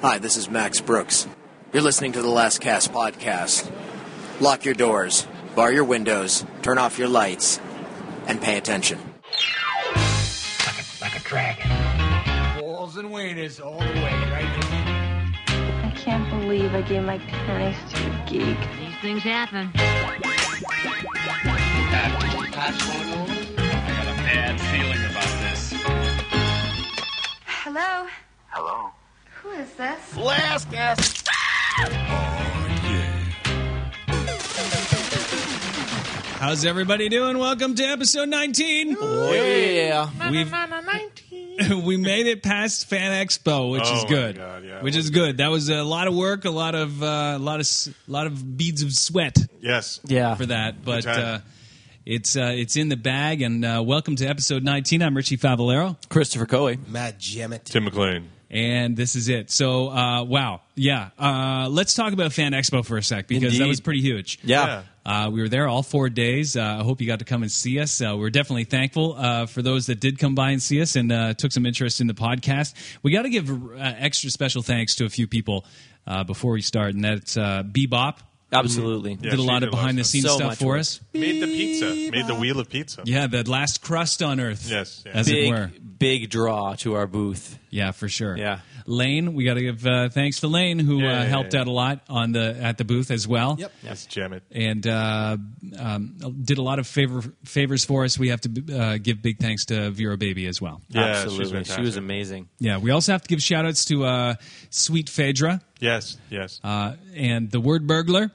Hi, this is Max Brooks. You're listening to the Last Cast podcast. Lock your doors, bar your windows, turn off your lights, and pay attention. like a, like a dragon. Balls and wieners all the way, right? I can't believe I gave my panties to a geek. These things happen. bad feeling about this. Hello? Hello? Who is this? Last guess. How's everybody doing? Welcome to episode 19. Yeah. We've, we made it past Fan Expo, which Oh is my good. God, yeah. which is good. That was a lot of work, a lot of uh, a lot of s- lot of beads of sweat Yes. Yeah. for that, but time. uh, it's uh, it's in the bag. And uh, welcome to episode 19. I'm Richie Favalero, Christopher Coey. Matt Jemmett. Tim McLean. and this is it. So uh, wow, yeah. Uh, let's talk about Fan Expo for a sec because that Indeed. was pretty huge. Yeah. Uh, we were there all four days. Uh, I hope you got to come and see us. Uh, we're definitely thankful uh, for those that did come by and see us and uh, took some interest in the podcast. We got to give uh, extra special thanks to a few people uh, before we start, and that's uh, Bebop. Absolutely. Yeah, did a she lot did of behind the scenes So stuff much for work. us. Made the pizza. Made the wheel of pizza. Yeah, the last crust on earth. Yes, yeah. as it were. Big, big draw to our booth. Yeah, for sure. Yeah. Lane, we got to give uh, thanks to Lane who Yeah, uh, yeah, helped yeah. out a lot on the at the booth as well. Yep. Yes, Jamet. and uh, um, did a lot of favor, favors for us. We have to uh, give big thanks to Vera Baby as well. Yeah, she's Absolutely. fantastic. She was amazing. Yeah, we also have to give shout outs to uh, Sweet Phaedra Yes, yes. uh, and The Word Burglar,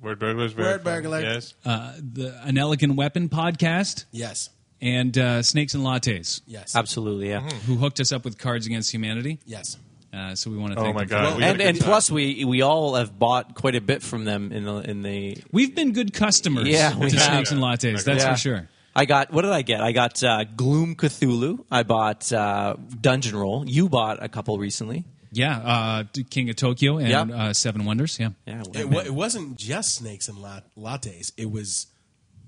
Word burglars. very Word burglar. fun. Yes. uh, the An Elegant Weapon podcast, Yes. and uh, Snakes and Lattes, Yes. Absolutely, yeah. Mm-hmm. who hooked us up with Cards Against Humanity. Yes. Uh, so we want to Oh thank my them for God. that. We had a And good and time. plus we we all have bought quite a bit from them in the in the We've been good customers Yeah, to we Snakes have. and Lattes, that's Yeah. for sure. I got what did I get? I got uh, Gloom Cthulhu. I bought uh, Dungeon Roll. You bought a couple recently. Yeah, uh, King of Tokyo and Yeah. uh, Seven Wonders, yeah. Yeah. It, wa- it wasn't just snakes and lat- lattes. It was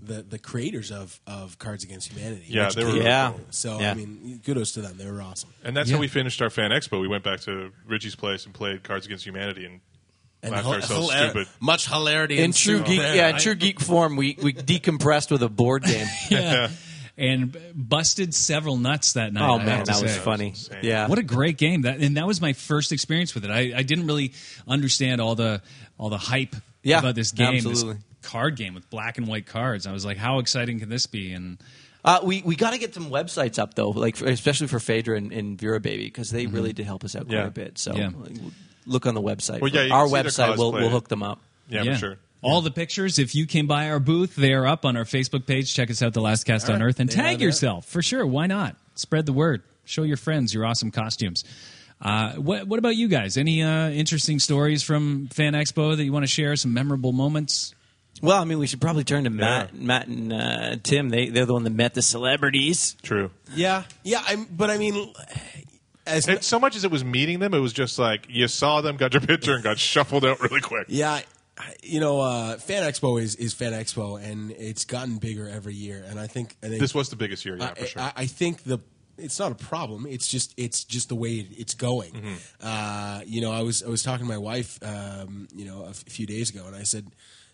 the the creators of, of Cards Against Humanity. Yeah, which they were came- Yeah. So I Yeah. mean, kudos to them. They were awesome. And that's Yeah. how we finished our fan expo. We went back to Richie's place and played Cards Against Humanity and, laughed hil- ourselves hilar- stupid. Much hilarity in true ensued Oh, geek, there. yeah, in I- true geek form, we, we decompressed with a board game. And b- busted several nuts that night. oh I man, have to that was say. funny. insane. Yeah, What a great game! That and that was my first experience with it. I, I didn't really understand all the all the hype Yeah, about this game, absolutely. this card game with black and white cards. I was like, how exciting can this be? And Uh, we we got to get some websites up though, like for, especially for Phaedra and, and Vera Baby because they really did help us out quite Yeah. a bit. So Yeah. like, w- look on the website. Well, yeah, you can our see their website will cosplay. will hook them up. yeah, for sure. All the pictures, if you came by our booth, they are up on our Facebook page. Check us out, The Last Cast on Earth, and They are tag there. yourself for sure. Why not? Spread the word. Show your friends your awesome costumes. Uh, what, what about you guys? Any uh, interesting stories from Fan Expo that you want to share? Some memorable moments? Well, I mean, we should probably turn to Matt, Matt and uh, Tim. They they're the one that met the celebrities. True. yeah, yeah. I'm, but I mean, as And so much as it was meeting them, it was just like you saw them, got your picture, and got shuffled out really quick. Yeah, I- I- you know, uh, Fan Expo is, is Fan Expo, and it's gotten bigger every year. And I think, I think This was the biggest year, yeah, I, for sure. I, I think the it's not a problem. It's just it's just the way it, it's going. Mm-hmm. Uh, you know, I was I was talking to my wife, um, you know, a f- few days ago, and I said,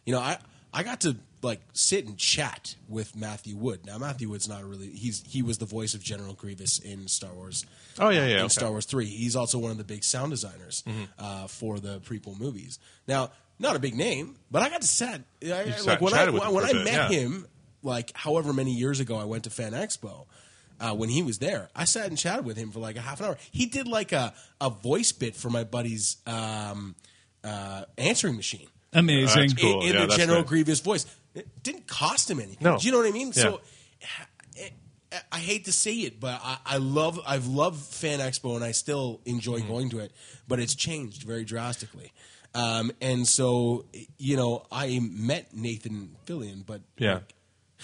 you know, I I got to like sit and chat with Matthew Wood. Now Matthew Wood's not really he's he was the voice of General Grievous in Star Wars. Oh, yeah, yeah, uh, in okay. Mm-hmm. Star Wars Three. He's also one of the big sound designers uh, for the prequel movies. Now, not a big name, but I got to sat. I, I- sat and like when I chatted with him when for I a bit, met yeah. him him, like however many years ago I went to Fan Expo uh, when he was there. I sat and chatted with him for like a half an hour. He did like a, a voice bit for my buddy's um, uh, answering machine Amazing. That's Uh, cool. in, in Yeah, a that's General good. Grievous voice. It didn't cost him anything. No. Do you know what I mean? Yeah. So I- I- I hate to say it, but I, I love I've loved Fan Expo and I still enjoy Mm-hmm. going to it, but it's changed very drastically. Um, and so you know, I met Nathan Fillion, but Yeah.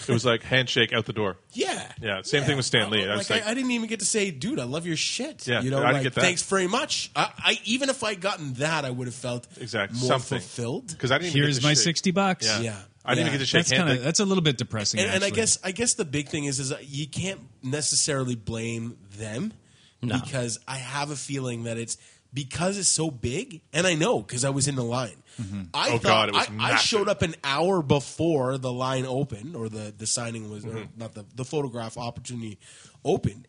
It was like handshake out the door. yeah. Yeah, same thing with Stan Lee. I, I was like, like- I, I didn't even get to say, dude, I love your shit. Yeah, you know, I didn't like, get that. thanks very much. I, I even if I would gotten that, I would have felt Exactly. more Something. fulfilled. Because I didn't. even Here's get to my shake- sixty bucks. Yeah. Yeah. I didn't even Yeah. get to shake That's hands. kind of like- that's a little bit depressing. and, and I actually. guess I guess the big thing is is that you can't necessarily blame them because I have a feeling that it's because it's so big, and I know because I was in the line. I Oh, thought God, it was I, I massive. showed up an hour before the line opened or the the signing was or Mm-hmm. not the the photograph opportunity opened,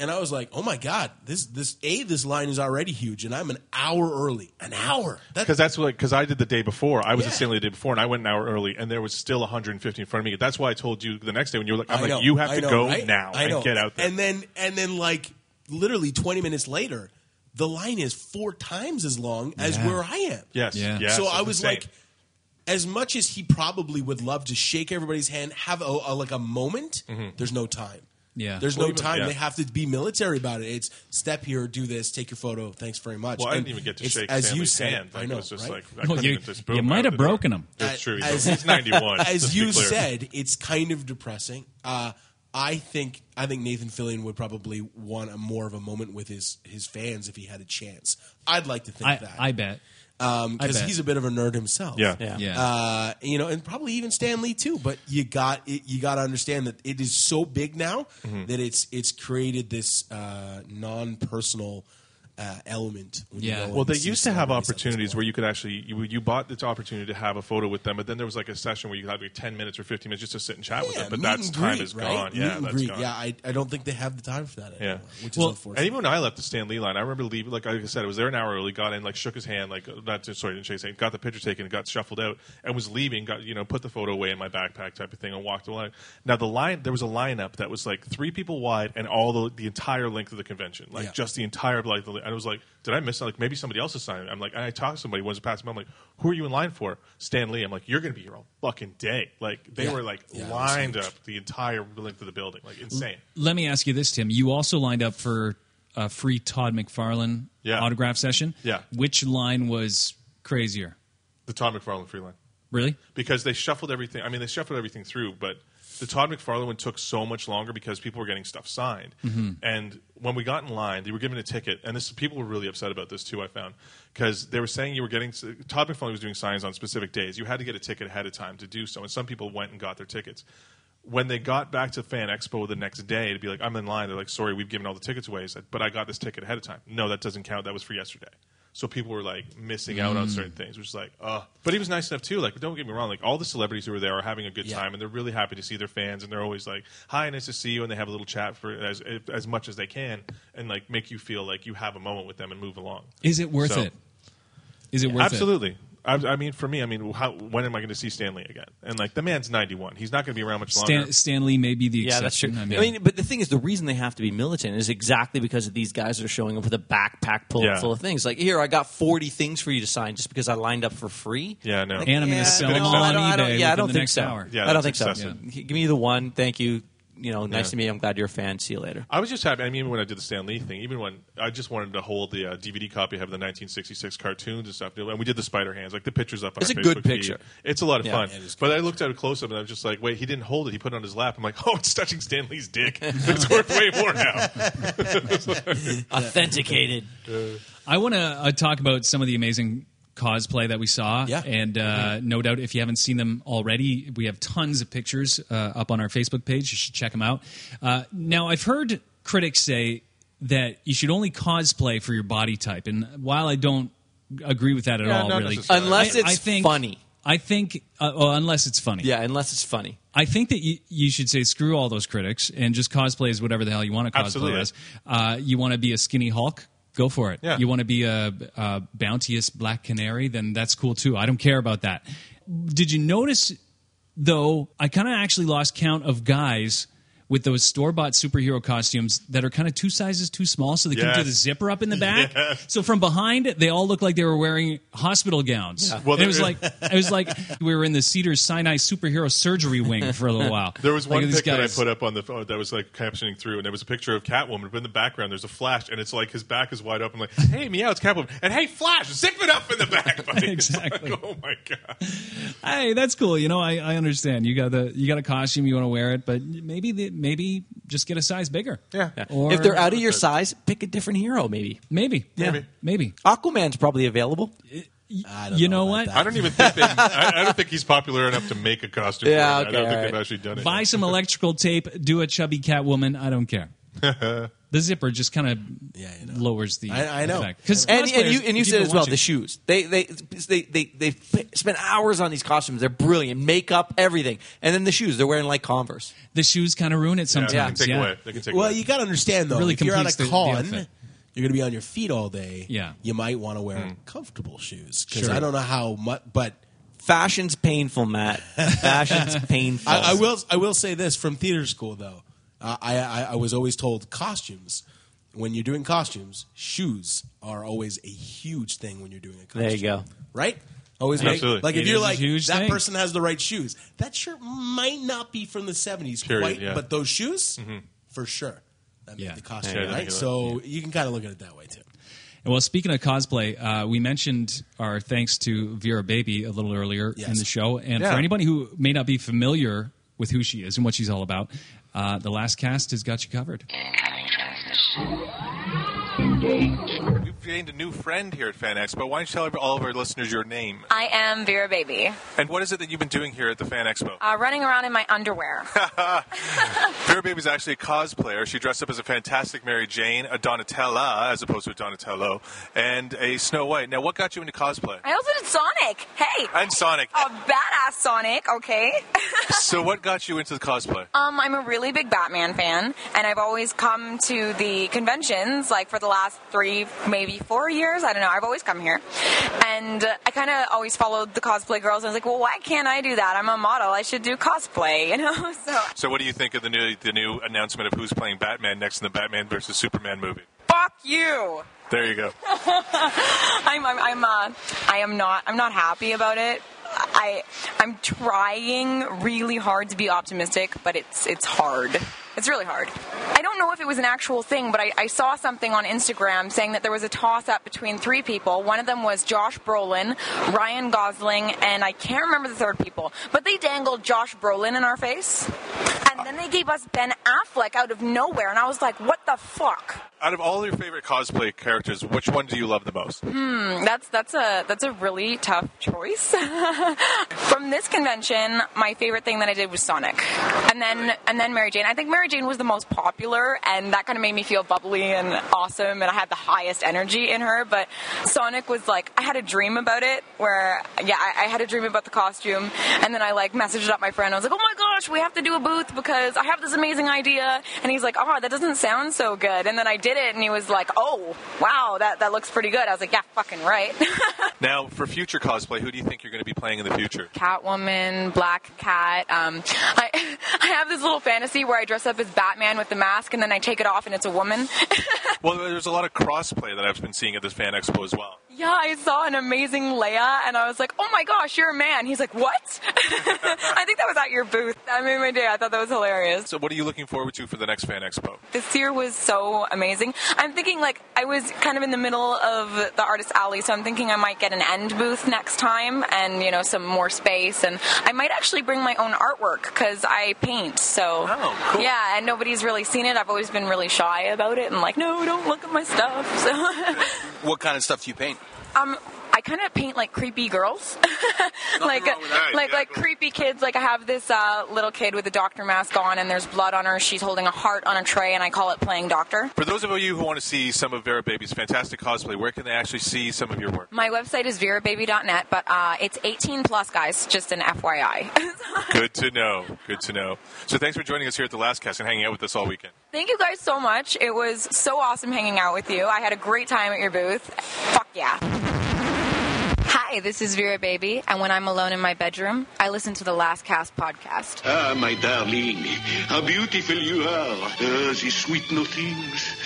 and I was like, oh my God, this this a this line is already huge, and I'm an hour early, an hour. That, Because that's like because I did the day before. I was Yeah. at Stanley the day before, and I went an hour early, and there was still 150 in front of me. That's why I told you the next day when you were like, "I'm I like, know, you have I to know, go right? now I and know. get out there." And then and then like literally 20 minutes later, the line is four times as long as Yeah. where I am. yes, Yeah. yes, so it's I was insane. like, as much as he probably would love to shake everybody's hand, have a, a- like a moment. There's no time. Yeah. there's Mm-hmm. Well, no even- time. yeah. They have to be military about it. It's step here, do this, take your photo. Thanks very much. Well, I didn't And even get to it's- shake as you Stanley's said, hand. Like, I know, it was just right? like I Well, couldn't you- even just boom you might out have the door. broken him. It's true. He's, Uh, As- he's 91. let's as be you clear. said, it's kind of depressing. Uh, I think I think Nathan Fillion would probably want a more of a moment with his his fans if he had a chance. I'd like to think I, that I bet. Um, I 'cause bet. he's a bit of a nerd himself. Yeah. Yeah. Yeah. Uh, you know, and probably even Stan Lee too. But you got it, you got to understand that it is so big now Mm-hmm. that it's it's created this uh, non personal uh, element. When Yeah. You go Well, and they see used to have celebrities at this opportunities point. where you could actually you, you bought this opportunity to have a photo with them, but then there was like a session where you could have like ten minutes or fifteen minutes just to sit and chat with Yeah, them. But meet that's and time greet, is right? gone. Meet Yeah, and that's greet. gone. Yeah, I, I don't think they have the time for that anymore, Yeah. which Well, is unfortunate. And even when I left the Stan Lee line, I remember leaving. Like, like I said, I was there an hour early. Got in, like shook his hand, like not to, sorry, didn't shake his hand. Got the picture taken, got shuffled out, and was leaving. Got you know, put the photo away in my backpack, type of thing, and walked along. Now the line, there was a lineup that was like three people wide and all the the entire length of the convention, like Yeah. just the entire like. The, and I was like, did I miss? Like maybe somebody else is signing. I'm like, and I talked to somebody once passed me. I'm like, who are you in line for? Stan Lee. I'm like, you're going to be here all fucking day. Like they Yeah. were like Yeah, it was lined huge. up the entire length of the building, like insane. Let me ask you this, Tim. You also lined up for a free Todd McFarlane Yeah. autograph session. Yeah. Which line was crazier? The Todd McFarlane free line. Really? because they shuffled everything. I mean, they shuffled everything through, but the Todd McFarlane one took so much longer because people were getting stuff signed. And when we got in line, they were given a ticket, and this people were really upset about this too. I found because they were saying you were getting Todd McFarlane was doing signs on specific days. You had to get a ticket ahead of time to do so, and some people went and got their tickets. When they got back to Fan Expo the next day to be like, I'm in line, they're like, sorry, we've given all the tickets away. I said, but I got this ticket ahead of time. No, that doesn't count. That was for yesterday. So people were like missing out on Mm. certain things, which is like, uh But he was nice enough too. Like, don't get me wrong. Like, all the celebrities who were there are having a good Yeah. time, and they're really happy to see their fans, and they're always like, "Hi, nice to see you," and they have a little chat for as as much as they can, and like make you feel like you have a moment with them and move along. Is it worth So- it? Is it worth it? Absolutely. I, I mean, for me, I mean, how, when am I going to see Stanley again? And like, the man's ninety-one; he's not going to be around much longer. Stan, Stanley may be the Yeah, that's true. exception. I mean, but the thing is, the reason they have to be militant is exactly because these guys are showing up with a backpack pull Yeah. full of things. Like, here, I got forty things for you to sign just because I lined up for free. yeah, no. and I'm going Yeah, to sell no, them all I on don't- I don't- eBay. Yeah, I within don't the think next so. hour. Yeah, I don't that's think so. excessive. G- Give me the one. Thank you. You know, nice Yeah. to meet you. I'm glad you're a fan. See you later. I was just happy. I mean, even when I did the Stan Lee thing, even when I just wanted to hold the uh, DVD copy, have the 1966 cartoons and stuff, and we did the spider hands, like the pictures up. on It's our a good Facebook picture. feed. It's a lot of Yeah, fun. it is But I looked at it close up, and I was just like, "Wait, he didn't hold it. He put it on his lap." I'm like, "Oh, it's touching Stan Lee's dick. It's worth way more now." Authenticated. I want to uh, talk about some of the amazing cosplay that we saw. Yeah. And uh, Mm-hmm. no doubt, if you haven't seen them already, we have tons of pictures uh, up on our Facebook page. You should check them out. Uh, now, I've heard critics say that you should only cosplay for your body type. And while I don't agree with that at Yeah, all, not really. necessarily. Unless it's funny. I think, uh, well, unless it's funny. Yeah, unless it's funny. I think that you, you should say screw all those critics and just cosplay as whatever the hell you want to cosplay Absolutely. as. Uh, you want to be a skinny Hulk? Go for it. Yeah. You want to be a, a bounteous black canary? Then that's cool too. I don't care about that. Did you notice, though, I kind of actually lost count of guys with those store bought superhero costumes that are kind of two sizes too small, so they can do Yes. the zipper up in the back. So from behind, they all looked like they were wearing hospital gowns. Well, And it was there- like it was like we were in the Cedars Sinai superhero surgery wing for a little while. There was Like, one these pic that I guys- put up on the phone that was like captioning through, and there was a picture of Catwoman, but in the background there's a flash, and it's like his back is wide open, like, "Hey, meow, it's Catwoman," and "Hey, Flash, zip it up in the back." Buddy. It's like, Exactly. oh my god. Hey, that's cool. You know, I, I understand. You got the you got a costume, you want to wear it, but maybe the, maybe just get a size bigger. Yeah. Yeah. Or if they're out of your size, pick a different hero. Maybe maybe Maybe. maybe. Aquaman's probably available. I don't you know know what? about that. I don't even think they, I, I don't think he's popular enough to make a costume. for him. I Yeah, okay, don't think all they've right. actually done it. Buy yet. some electrical tape. Do a chubby Catwoman. I don't care. The zipper just kind of Yeah, I know. lowers the I- I know. Because and, and you and you said as well the shoes. They they they they they f- spend hours on these costumes. They're brilliant, makeup, everything, and then the shoes they're wearing like Converse. the shoes kind of ruin it Yeah, sometimes. they can take yeah. away. They can take well, away. you got to understand though, Really if you're at completes a the- the con, outfit. you're going to be on your feet all day. Yeah. you might want to wear Hmm. comfortable shoes because Sure. I don't know how much, but. Fashion's painful, Matt. Fashion's painful. I, I will. I will say this from theater school, though. Uh, I, I I was always told costumes. When you're doing costumes, shoes are always a huge thing when you're doing a costume. There you go. Right? Always make, Absolutely. like It if is you're a like huge that thing. person has the right shoes. That shirt might not be from the 70s Period, quite, yeah. Mm-hmm. but those shoes for sure. That Yeah. made the costume, Yeah, I think right? it- So you can kind of look at it that way too. Well, speaking of cosplay, uh, we mentioned our thanks to Vera Baby a little earlier Yes. in the show. And Yeah. for anybody who may not be familiar with who she is and what she's all about, uh, the last cast has got you covered. We've gained a new friend here at Fan Expo. Why don't you tell all of our listeners your name? I am Vera Baby, And what is it that you've been doing here at the Fan Expo? uh, running around in my underwear. Vera Baby's actually a cosplayer. She dressed up as a fantastic Mary Jane, a Donatella, as opposed to a Donatello, and a Snow White. Now, what got you into cosplay? I also did Sonic. Hey, And Sonic. a badass Sonic. Okay. So, what got you into the cosplay? Um, I'm a really big Batman fan, and I've always come to the conventions, like for the last three, maybe four years. I don't know. I've always come here, and uh, I kind of always followed the cosplay girls. I was like, well, why can't I do that? I'm a model. I should do cosplay, you know. So So, what do you think of the new the new announcement of who's playing Batman next in the Batman versus Superman movie? fuck you. There you go. I'm, I'm, I'm, uh, I am not, I'm not happy about it. I, I'm trying really hard to be optimistic, but it's, it's hard. It's really hard. I don't know if it was an actual thing, but I, I saw something on Instagram saying that there was a toss up between three people. One of them was Josh Brolin, Ryan Gosling, and I can't remember the third people, but they dangled Josh Brolin in our face. And then they gave us Ben Affleck out of nowhere, and I was like, what the fuck? Out of all your favorite cosplay characters, which one do you love the most? Mm-hmm. That's that's a that's a really tough choice. From this convention, my favorite thing that I did was Sonic, and then and then Mary Jane. I think Mary Jane was the most popular, and that kind of made me feel bubbly and awesome, and I had the highest energy in her. But Sonic was like I had a dream about it, where yeah, I, I had a dream about the costume, and then I like messaged up my friend. I was like, oh my gosh, we have to do a booth because I have this amazing idea, and he's like, oh, that doesn't sound so good. And then I did it, and he was like, oh wow, that that looks pretty good. I was like, yeah, fucking right. Now, for future cosplay, who do you think you're going to be playing in the future? Catwoman, Black Cat. Um, I, I have this little fantasy where I dress up as Batman with the mask and then I take it off and it's a woman. Well, there's a lot of crossplay that I've been seeing at this Fan Expo as well. yeah, I saw an amazing Leia and I was like, oh my gosh, you're a man. He's like, what? I think that was at your booth. I made my day. I thought that was hilarious. So, what are you looking forward to for the next Fan Expo? This year was so amazing. I'm thinking, like, I was kind of in the middle of the artist alley, so I'm thinking I might get an end booth next time and, you know, some more space. And I might actually bring my own artwork because I paint, so. Oh, cool. Yeah, and nobody's really seen it. I've always been really shy about it and, like, no, don't look at my stuff. So. What kind of stuff do you paint? Um, I kind of paint like creepy girls, like wrong with that. like Yeah, like cool. creepy kids. Like I have this uh, little kid with a doctor mask on, and there's blood on her. She's holding a heart on a tray, and I call it playing doctor. For those of you who want to see some of Vera Baby's fantastic cosplay, where can they actually see some of your work? My website is verababy.net, but uh, it's 18 plus, guys. Just an FYI. Mm-hmm. Good to know. Good to know. So, thanks for joining us here at the Last Cast and hanging out with us all weekend. Thank you guys so much. It was so awesome hanging out with you. I had a great time at your booth. Fuck yeah. Hi, this is Vera Baby, and when I'm alone in my bedroom, I listen to the Last Cast podcast. Ah, my darling, how beautiful you are. Ah, the sweet nothings.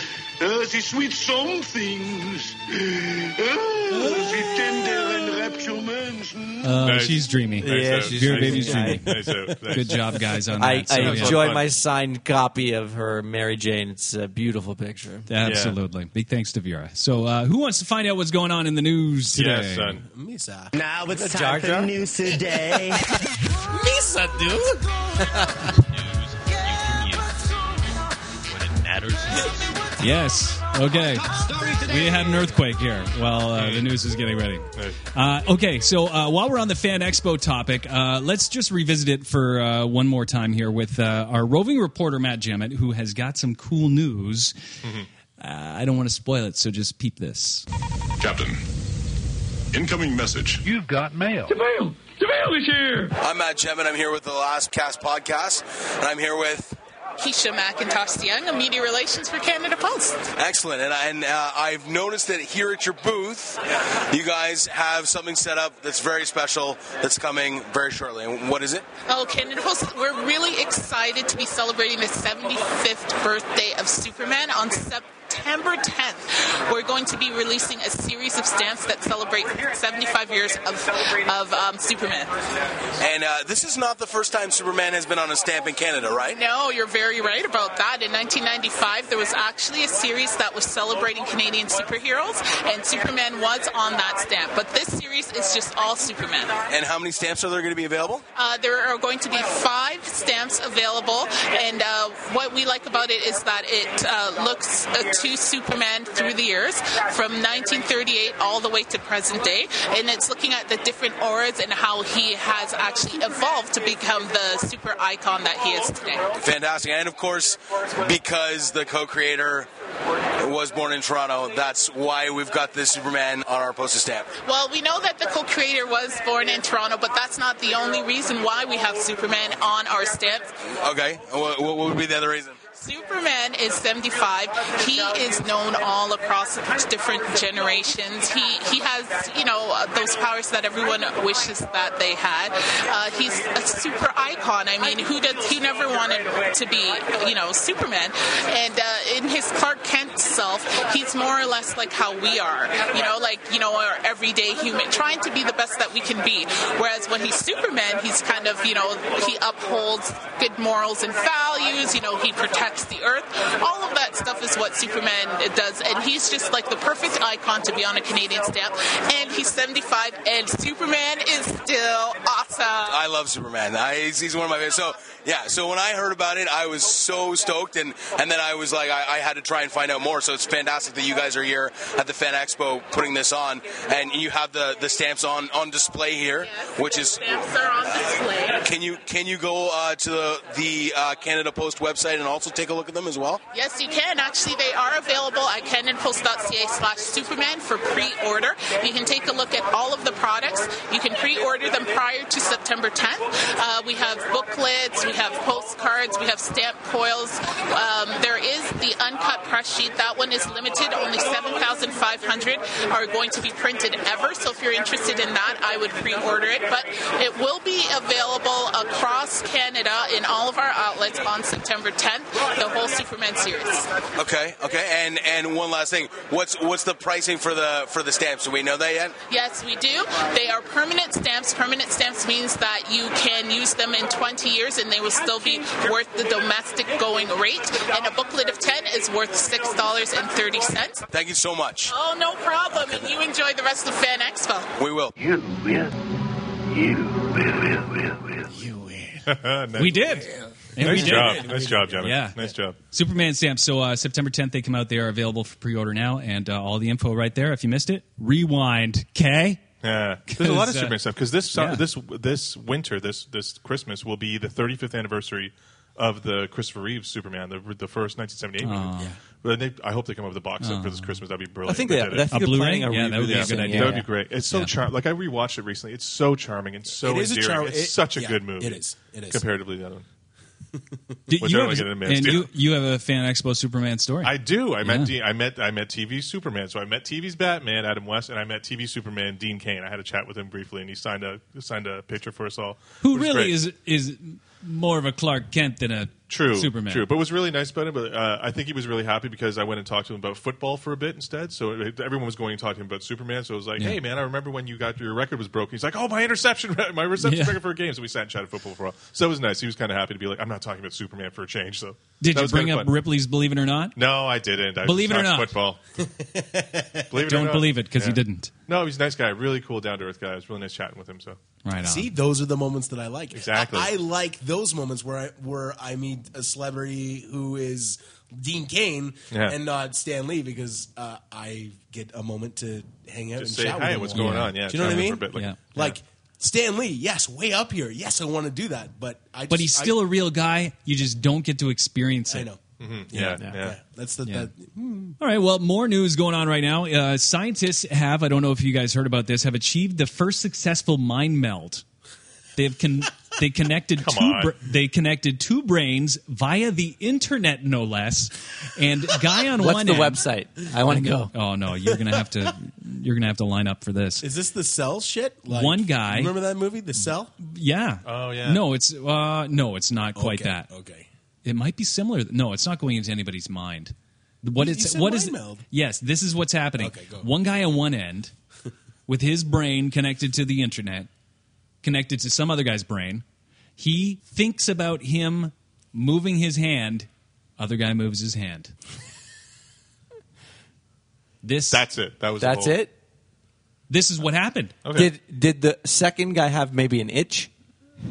Ah, the sweet somethings. Ah, the tender and rapturements. Uh, Nice. She's dreamy. Yeah, out. she's Vera Nice Baby's out. dreamy. Nice out. Nice. Good job, guys, on I, that. I So, yeah. enjoy fun. my signed copy of her Mary Jane. It's a beautiful picture. Absolutely. Big thanks to Vera. So, uh, who wants to find out what's going on in the news today? Yeah, son. Misa, Now it's Jar time Jar? for news today. Misa, dude. When it matters most. Yes. Okay. We had an earthquake here while uh, the news was getting ready. Uh, okay, so uh, while we're on the Fan Expo topic, uh, let's just revisit it for uh, one more time here with uh, our roving reporter, Matt Jammett, who has got some cool news. Mm-hmm. Uh, I don't want to spoil it, so just peep this. Captain, incoming message. You've got mail. I'm Matt Jem, and I'm here with the Last Cast podcast, and I'm here with Keisha McIntosh DeYoung, a media relations for Canada Post. excellent. And, I, and uh, I've noticed that here at your booth, you guys have something set up that's very special that's coming very shortly. And what is it? Oh, Canada Post, we're really excited to be celebrating the 75th birthday of Superman on September 10th. We're going to be releasing a series of stamps that celebrate 75 years of, of um, Superman. And uh, this is not the first time Superman has been on a stamp in Canada, right? No, you're very right about that. In 1995, there was actually a series that was celebrating Canadian superheroes, and Superman was on that stamp. But this series is just all Superman. And how many stamps are there going to be available? Uh, there are going to be five stamps available, and uh, what we like about it is that it uh, looks uh, to Superman through the years, from 1938 all the way to present day, and it's looking at the different auras and how he has actually evolved to become the super icon that he is today. Fantastic. And of course, because the co creator was born in Toronto, that's why we've got this Superman on our postage stamp. Well, we know that the co-creator was born in Toronto, but that's not the only reason why we have Superman on our stamp. Okay. What, what would be the other reason? Superman is 75. He is known all across different generations. He he has you know uh, those powers that everyone wishes that they had. Uh, he's a super icon. I mean, who does he never wanted to be? You know, Superman. And uh, in his Clark Kent self, he's more or less like how we are. You know, like you know our everyday human, trying to be the best that we can be. Whereas when he's Superman, he's kind of you know he upholds good morals and values. You know, he protects the earth. All of that stuff is what Superman does, and he's just like the perfect icon to be on a Canadian stamp. And he's 75, and Superman is still awesome. I love Superman. I, he's, he's one of my favorites. So yeah, so when I heard about it, I was so stoked, and and then I was like, I, I had to try and find out more. So it's fantastic that you guys are here at the Fan Expo putting this on, and you have the the stamps on on display here, which is. Stamps are on display. Can you can you go uh, to the, the uh, Canada Post website and also take a look at them as well? Yes, you can. Actually, they are available at canonpost.ca slash Superman for pre-order. You can take a look at all of the products. You can pre-order them prior to September 10th. Uh, we have booklets, we have postcards, we have stamp coils. Um, there is the uncut press sheet. That one is limited. Only 7,500 are going to be printed ever. So if you're interested in that, I would pre-order it. But it will be available across Canada in all of our outlets on September 10th, the whole Superman series. Okay, okay, and and one last thing, what's what's the pricing for the for the stamps? Do we know that yet? Yes, we do. They are permanent stamps. Permanent stamps means that you can use them in 20 years and they will still be worth the domestic going rate. And a booklet of 10 is worth $6.30. Thank you so much. Oh, no problem. And you enjoy the rest of Fan Expo. We will. You will. You will, will, will, will. nice, We did. And nice we did. job. Nice job, Jenna. Yeah. Nice job. Superman stamps. So uh, September 10th, they come out. They are available for pre-order now, and uh, all the info right there. If you missed it, rewind. Okay. Yeah, there's a lot of uh, Superman stuff because this su- yeah. this this winter, this this Christmas will be the 35th anniversary of the Christopher Reeve Superman, the the first 1978 Oh. movie. But they, I hope they come up with a box set for this Christmas. That'd be brilliant. I think if they, did I it. think A they're Blu-ray? planning a Yeah, that would be a re-release good in, idea. yeah. That would be great. It's so Yeah. charming. Like I rewatched it recently. It's so charming and so It is a endearing. charm- it's it- such a yeah, good movie. it is. It is. comparatively to the other one. Do- Which you I have only a- get in a minute. and you you have a fan expo Superman story. I do. I met Yeah. D- I met I met TV Superman. So I met TV's Batman, Adam West, and I met TV Superman Dean Kane. I had a chat with him briefly, and he signed a signed a picture for us all. Who which really great. is is more of a Clark Kent than a True, Superman? True, but was really nice about it. But uh, I think he was really happy because I went and talked to him about football for a bit instead. So it- everyone was going and talking to him about Superman. So it was like, Yeah. hey man, I remember when you got your record was broken. He's like, oh my interception, my reception Yeah. record for a game. So we sat and chatted football for a while. So it was nice. He was kind of happy to be like, I'm not talking about Superman for a change. So Did that you was bring kinda up fun. Ripley's Believe It or Not? No, I didn't. I Believe it or talked not. football. believe it or Don't not. believe it because Yeah. you didn't. No, he's a nice guy. Really cool, down to earth guy. It was really nice chatting with him. So Right on. See, those are the moments that I like. Exactly. I, I like those moments where I where I meet a celebrity who is Dean Kane Yeah. and not Stan Lee because uh, I get a moment to hang out Just and say, chat "Hey, with him what's a while." going on? Yeah, do you chat know what I with him mean? for a bit, like- Like, Yeah. Stan Lee, yes, way up here. Yes, I want to do that, but I. Just, but he's still a real guy. You just don't get to experience it. I know. Yeah, Yeah. Hmm. yeah. That's the. Yeah. All right. Well, more news going on right now. Uh, scientists have, I don't know if you guys heard about this, have achieved the first successful mind meld. They've con- they connected Come two on. br- they connected two brains via the internet, no less. And guy on What's one the end- website? I wanna go. Oh no, you're gonna have to you're gonna have to line up for this. Is this the cell shit? Like, One guy- Remember that movie, The Cell? Yeah. Oh, yeah. No, it's uh, no, it's not quite Okay, that. Okay. It might be similar. No, it's not going into anybody's mind. What You- it's you said what is mind meld. yes? This is what's happening. One guy on one end, with his brain connected to the internet, connected to some other guy's brain. He thinks about him moving his hand. Other guy moves his hand. This that's it. That was That's it. This is what happened. Did did the second guy have maybe an itch?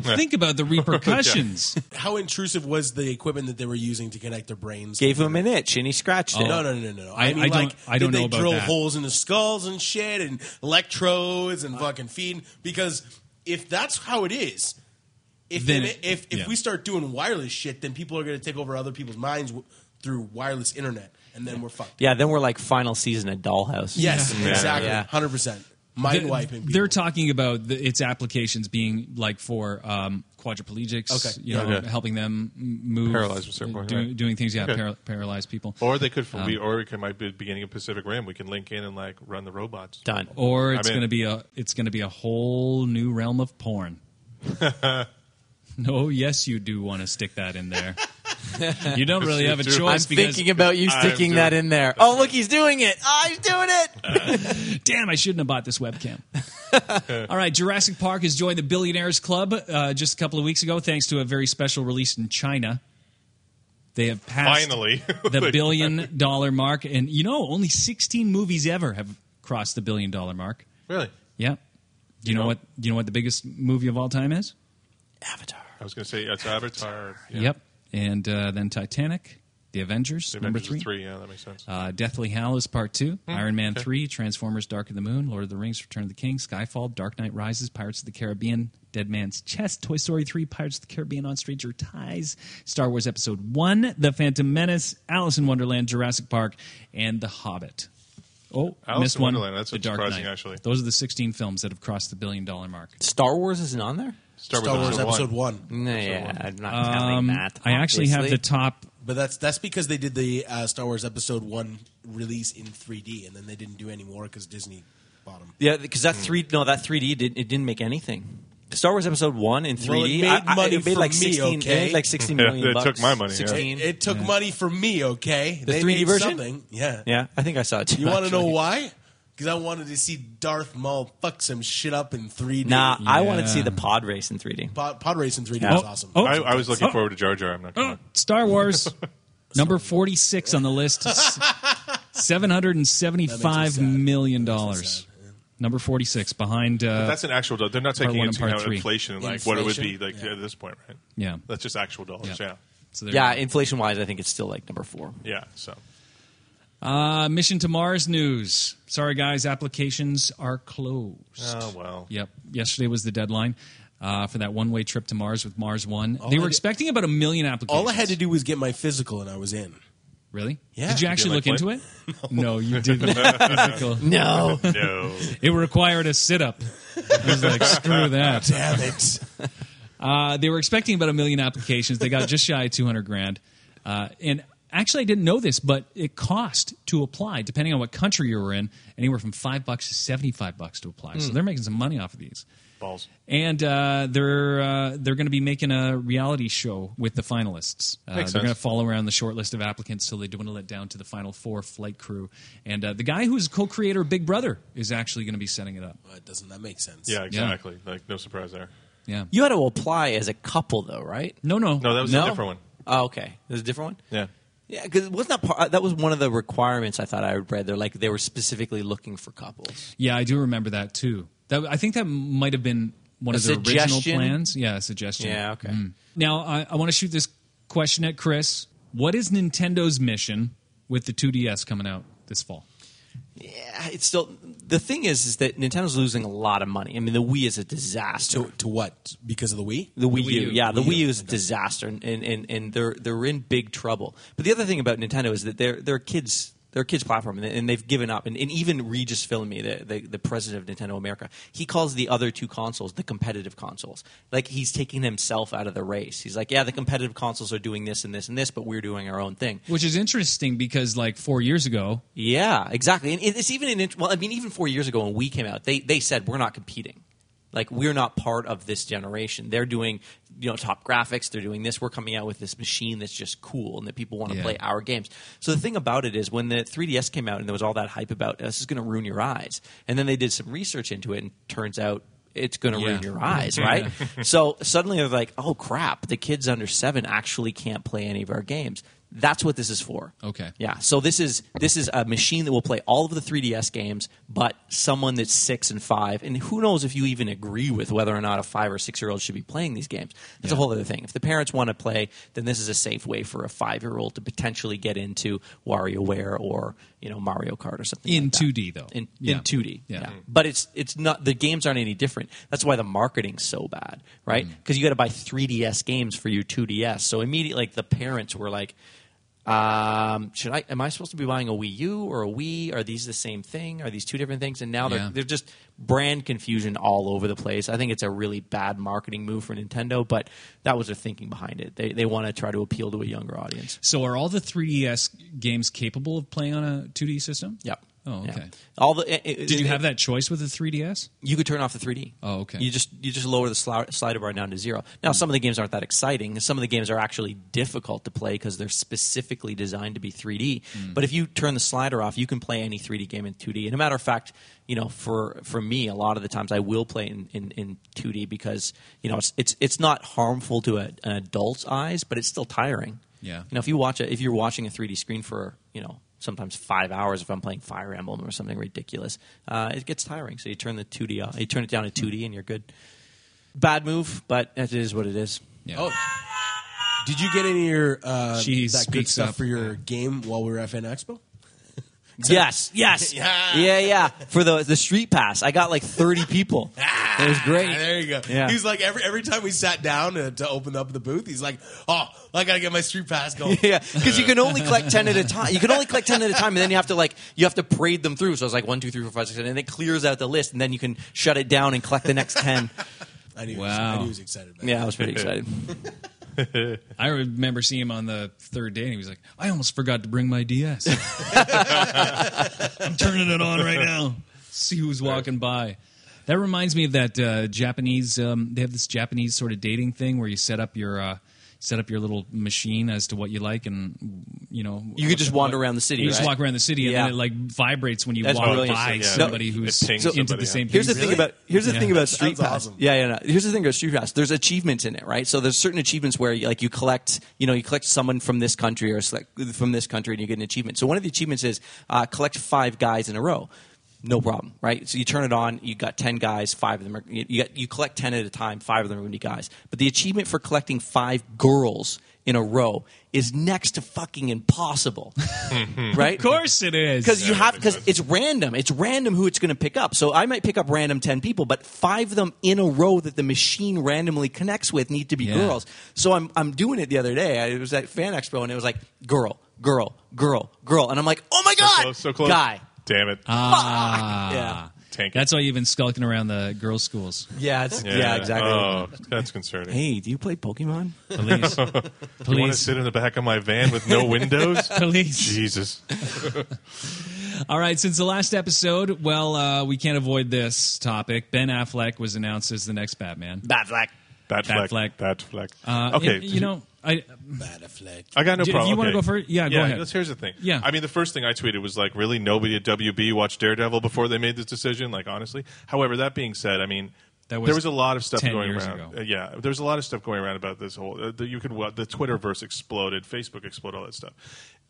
Think about the repercussions. How intrusive was the equipment that they were using to connect their brains? Gave him an itch and he scratched Oh. it. No, no, no, no, no. I- I don't- like, I don't did they know about drill that. holes in the skulls and shit, and electrodes and fucking feed. Because if that's how it is, if Then they- it- if if yeah. we start doing wireless shit, then people are going to take over other people's minds w- through wireless internet, and then we're fucked. Yeah, then we're like final season at Dollhouse. Yes, Yeah. exactly, Yeah. hundred percent. Mind They're- wiping. They're talking about the, its applications being like for um, quadriplegics, Okay. you know, Okay. helping them m- move, Paralyzed with certain point, doing, right. doing things, yeah, Okay. para- paralyze people. Or they could, from Um, we, or we could might be beginning of Pacific Rim. We can link in and like run the robots. Done. Or it's I'm in. going to be a it's going to be a whole new realm of porn. no, yes, you do want to stick that in there. you don't really have a True. choice. I'm because thinking about you sticking that in there. Oh, look, he's doing it. Oh, he's doing it. Uh, Damn, I shouldn't have bought this webcam. All right, Jurassic Park has joined the Billionaires Club uh, just a couple of weeks ago, thanks to a very special release in China. They have passed Finally. the billion dollar mark, and you know, only 16 movies ever have crossed the billion dollar mark. Really? Yeah. Do you, know, what? Do you know what the biggest movie of all time is? I was going to say it's Avatar. Yeah. Yep. And uh, then Titanic, The Avengers, The number Avengers three. is three. Yeah, that makes sense. Uh, Deathly Hallows Part 2, Hmm, Iron Man okay. 3, Transformers Dark of the Moon, Lord of the Rings Return of the King, Skyfall, Dark Knight Rises, Pirates of the Caribbean, Dead Man's Chest, Toy Story 3, Pirates of the Caribbean on Stranger Ties, Star Wars Episode 1, The Phantom Menace, Alice in Wonderland, Jurassic Park, and The Hobbit. Oh, Alice missed in one. Wonderland, that's the Dark surprising, Knight. actually. Those are the 16 films that have crossed the billion dollar mark. Star Wars isn't on there. Star Star Wars Episode One. Nah, yeah, I'm not Um, counting that. I actually have obviously. the top. But that's that's because they did the uh, Star Wars Episode One release in 3D, and then they didn't do any more because Disney bought them. Yeah, because Hmm. that three no that three D didn't it didn't make anything. Star Wars Episode One in three Well, it D made money it made for like me, sixteen it okay? made like sixteen Yeah, million it bucks. took my money, yeah. Sixteen. It, it took money from me, okay? The They 3D made version? something. Yeah. Yeah, I think I saw it. Too, You want to know actually. why? Because I wanted to see Darth Maul fuck some shit up in 3D. Nah, I wanted to see the pod race in three D. pod, pod race in 3D Yeah. was Oh, awesome. oh. I, I was looking Oh. forward to Jar Jar. I'm not. Gonna, Oh, Star Wars, number 46 on the list. S- $775 million. dollars. Number 46, behind. Uh, but that's an actual. dollar. They're not Part taking one into and part account three. inflation and like what it would be like Inflation? at this point, right? Yeah. That's just actual dollars. Yeah. Yeah. So there Yeah, you inflation wise, I think it's still like number four. Yeah. So go. uh, Mission to Mars news. Sorry, guys, applications are closed. Oh, well. Yep. Yesterday was the deadline. Uh, for that one-way trip to Mars with Mars One, All they I were did- expecting about a million applications. All I had to do was get my physical, and I was in. really? Yeah. Did you actually look like into it? No, you didn't. Physical. No. no. It required a sit-up. I was like, screw that. Damn it. Uh, they were expecting about a million applications. They got just shy of 200 grand. Uh, and actually, I didn't know this, but it cost to apply, depending on what country you were in, anywhere from five bucks to 75 bucks to apply. So Mm. they're making some money off of these. Balls. And uh, they're uh, they're going to be making a reality show with the finalists. Uh, they're Makes sense. going to follow around the short list of applicants till they dwindle it down to the final four flight crew. And uh, the guy who's co-creator of Big Brother is actually going to be setting it up. But doesn't that make sense? Yeah. Exactly. Like no surprise there. Yeah. You had to apply as a couple though, right? No, no, No, that was No? a different one. Oh, okay. There's a different one. Yeah. Yeah, because wasn't that part, that was one of the requirements I thought I read. They're like they were specifically looking for couples. Yeah, I do remember that too. That I think that might have been one A of the original suggestion? plans. Yeah, a suggestion. Yeah, okay. Now I, I want to shoot this Question at Chris: What is Nintendo's mission with the 2DS coming out this fall? Yeah, uh, it's still the thing is is that Nintendo's losing a lot of money. I mean, the Wii is a disaster. To, to what? Because of the Wii? The Wii, U. Yeah, the Wii U is a disaster, and, and, and, and they're they're in big trouble. But the other thing about Nintendo is that they're they're a kids. They're a kids platform, and they- and they've given up. And, and even Regis Fillamy, the, the the president of Nintendo America, he calls the other two consoles the competitive consoles. Like he's taking himself out of the race. He's like, yeah, the competitive consoles are doing this and this and this, but we're doing our own thing. Which is interesting because like four years ago, Yeah, exactly. And it's even an int- well, I mean, even four years ago when we came out, they they said we're not competing. Like we're not part of this generation. They're doing you know top graphics. They're doing this. We're coming out with this machine that's just cool and that people want to Yeah. play our games. So the thing about it is when the 3DS came out and there was all that hype about this is going to ruin your eyes, and then they did some research into it and turns out it's going to Yeah. ruin your eyes, Yeah. right? so suddenly they're like, oh crap, the kids under seven actually can't play any of our games. That's what this is for. okay, Yeah. So this is this is a machine that will play all of the 3DS games, but someone that's six and five, and who knows if you even agree with whether or not a five or six year old should be playing these games. That's a whole other thing. If the parents want to play, then this is a safe way for a five year old to potentially get into WarioWare or you know Mario Kart or something In like that. 2D though. In, Yeah. in 2D. Yeah. Yeah. But it's it's not the games aren't any different. That's why the marketing's so bad, right? Mm. Because you got to buy 3DS games for your 2DS. So immediately, like the parents were like, um, "Should I? Am I supposed to be buying a Wii U or a Wii? Are these the same thing? Are these two different things?" And now they're Yeah. they're just brand confusion all over the place. I think it's a really bad marketing move for Nintendo, but that was their thinking behind it. They they want to try to appeal to a younger audience. So are all the 3DS games capable of playing on a 2D system? Yep. Oh, Yeah. okay. All the eh, Did you have that choice with the 3DS? You could turn off the 3D. Oh, okay. Hmm. You just you just lower the sli- slider bar down to zero. Now, some of the games aren't that exciting. Some of the games are actually difficult to play because they're specifically designed to be 3D. Hmm. Mm. But if you turn the slider off, you can play any 3D game in 2D. And a matter of fact, you know, for for me, a lot of the times I will play in, in, in 2D because you know it's it's it's not harmful to a, an adult's eyes, but it's still tiring. Yeah. You know, if you watch a, if you're watching a 3D screen for you know sometimes five hours, if I'm playing Fire Emblem or something ridiculous, uh, it gets tiring. So you turn the 2D, off, you turn it down to 2D, and you're good. Bad move, but it is what it is. Oh. Did you get any of your uh, She that good speaks stuff up. for your game while we were at FN Expo? Yes, yes, Yeah. yeah. yeah, For the the street pass, I got like 30 people. it was great. Ah. There you go. Yeah. He's like every every time we sat down to, to open up the booth, he's like, "Oh, I gotta get my street pass going." yeah, because you can only collect ten at a time. You can only collect ten at a time, and then you have to like you have to parade them through. So it's like one, two, three, four, five, six, seven, and it clears out the list, and then you can shut it down and collect the next ten. I knew. Wow. I knew he was excited. About Yeah, I was pretty excited. I remember seeing him on the third day, and he was like, "I almost forgot to bring my DS. I'm turning it on right now. See who's walking by." That reminds me of that uh, Japanese. Um, they have this Japanese sort of dating thing where you set up your uh, set up your little machine as to what you like, and you know You could just wander around the city, You just right? walk around the city, and Yeah. then it like vibrates when you That's walk brilliant. by Yeah. somebody No. who's It pings into somebody, the yeah. same. Here's the thing thing about here's the Yeah. thing about Street Sounds Pass. Yeah, yeah. No. Here's the thing about Street Pass. There's achievements in it, right? So there's certain achievements where like you collect, you know, you collect someone from this country or select from this country, and you get an achievement. So one of the achievements is uh, collect five guys in a row. No problem, right? So you turn it on. You got ten guys. Five of them are you, you, got, you collect ten at a time. Five of them are going to be guys. But the achievement for collecting five girls in a row is next to fucking impossible right? Of course it is. Because you have because it's random. It's random who it's going to pick up. So I might pick up random ten people, but five of them in a row that the machine randomly connects with need to be Yeah. girls. So I'm I'm doing it the other day. I it was at Fan Expo and it was like girl, girl, girl, girl, and I'm like, oh my god, So close, so close. guy. Damn it. Ah, Yeah. That's why you've been skulking around the girls' schools. Yeah, it's- Yeah. yeah, exactly. Oh, that's concerning. Hey, do you play Pokemon? Please. You want to Please. sit in the back of my van with no windows? Please. Jesus. All right, since the last episode, well, uh, we can't avoid this topic. Ben Affleck was announced as the next Batman. Batfleck. Batfleck. Batfleck. Uh, okay. and, you know, I Batfleck. I got no Do, problem. You want to Okay. go first? Yeah, go ahead. let's- Here's the thing. Yeah. I mean, the first thing I tweeted was like, really, nobody at WB watched Daredevil before they made this decision. Like, honestly. However, that being said, I mean, That was there was a lot of stuff 10 going years around. ago. Uh, yeah, there was a lot of stuff going around about this whole. Uh, the, you could well, the Twitterverse exploded, Facebook exploded, all that stuff.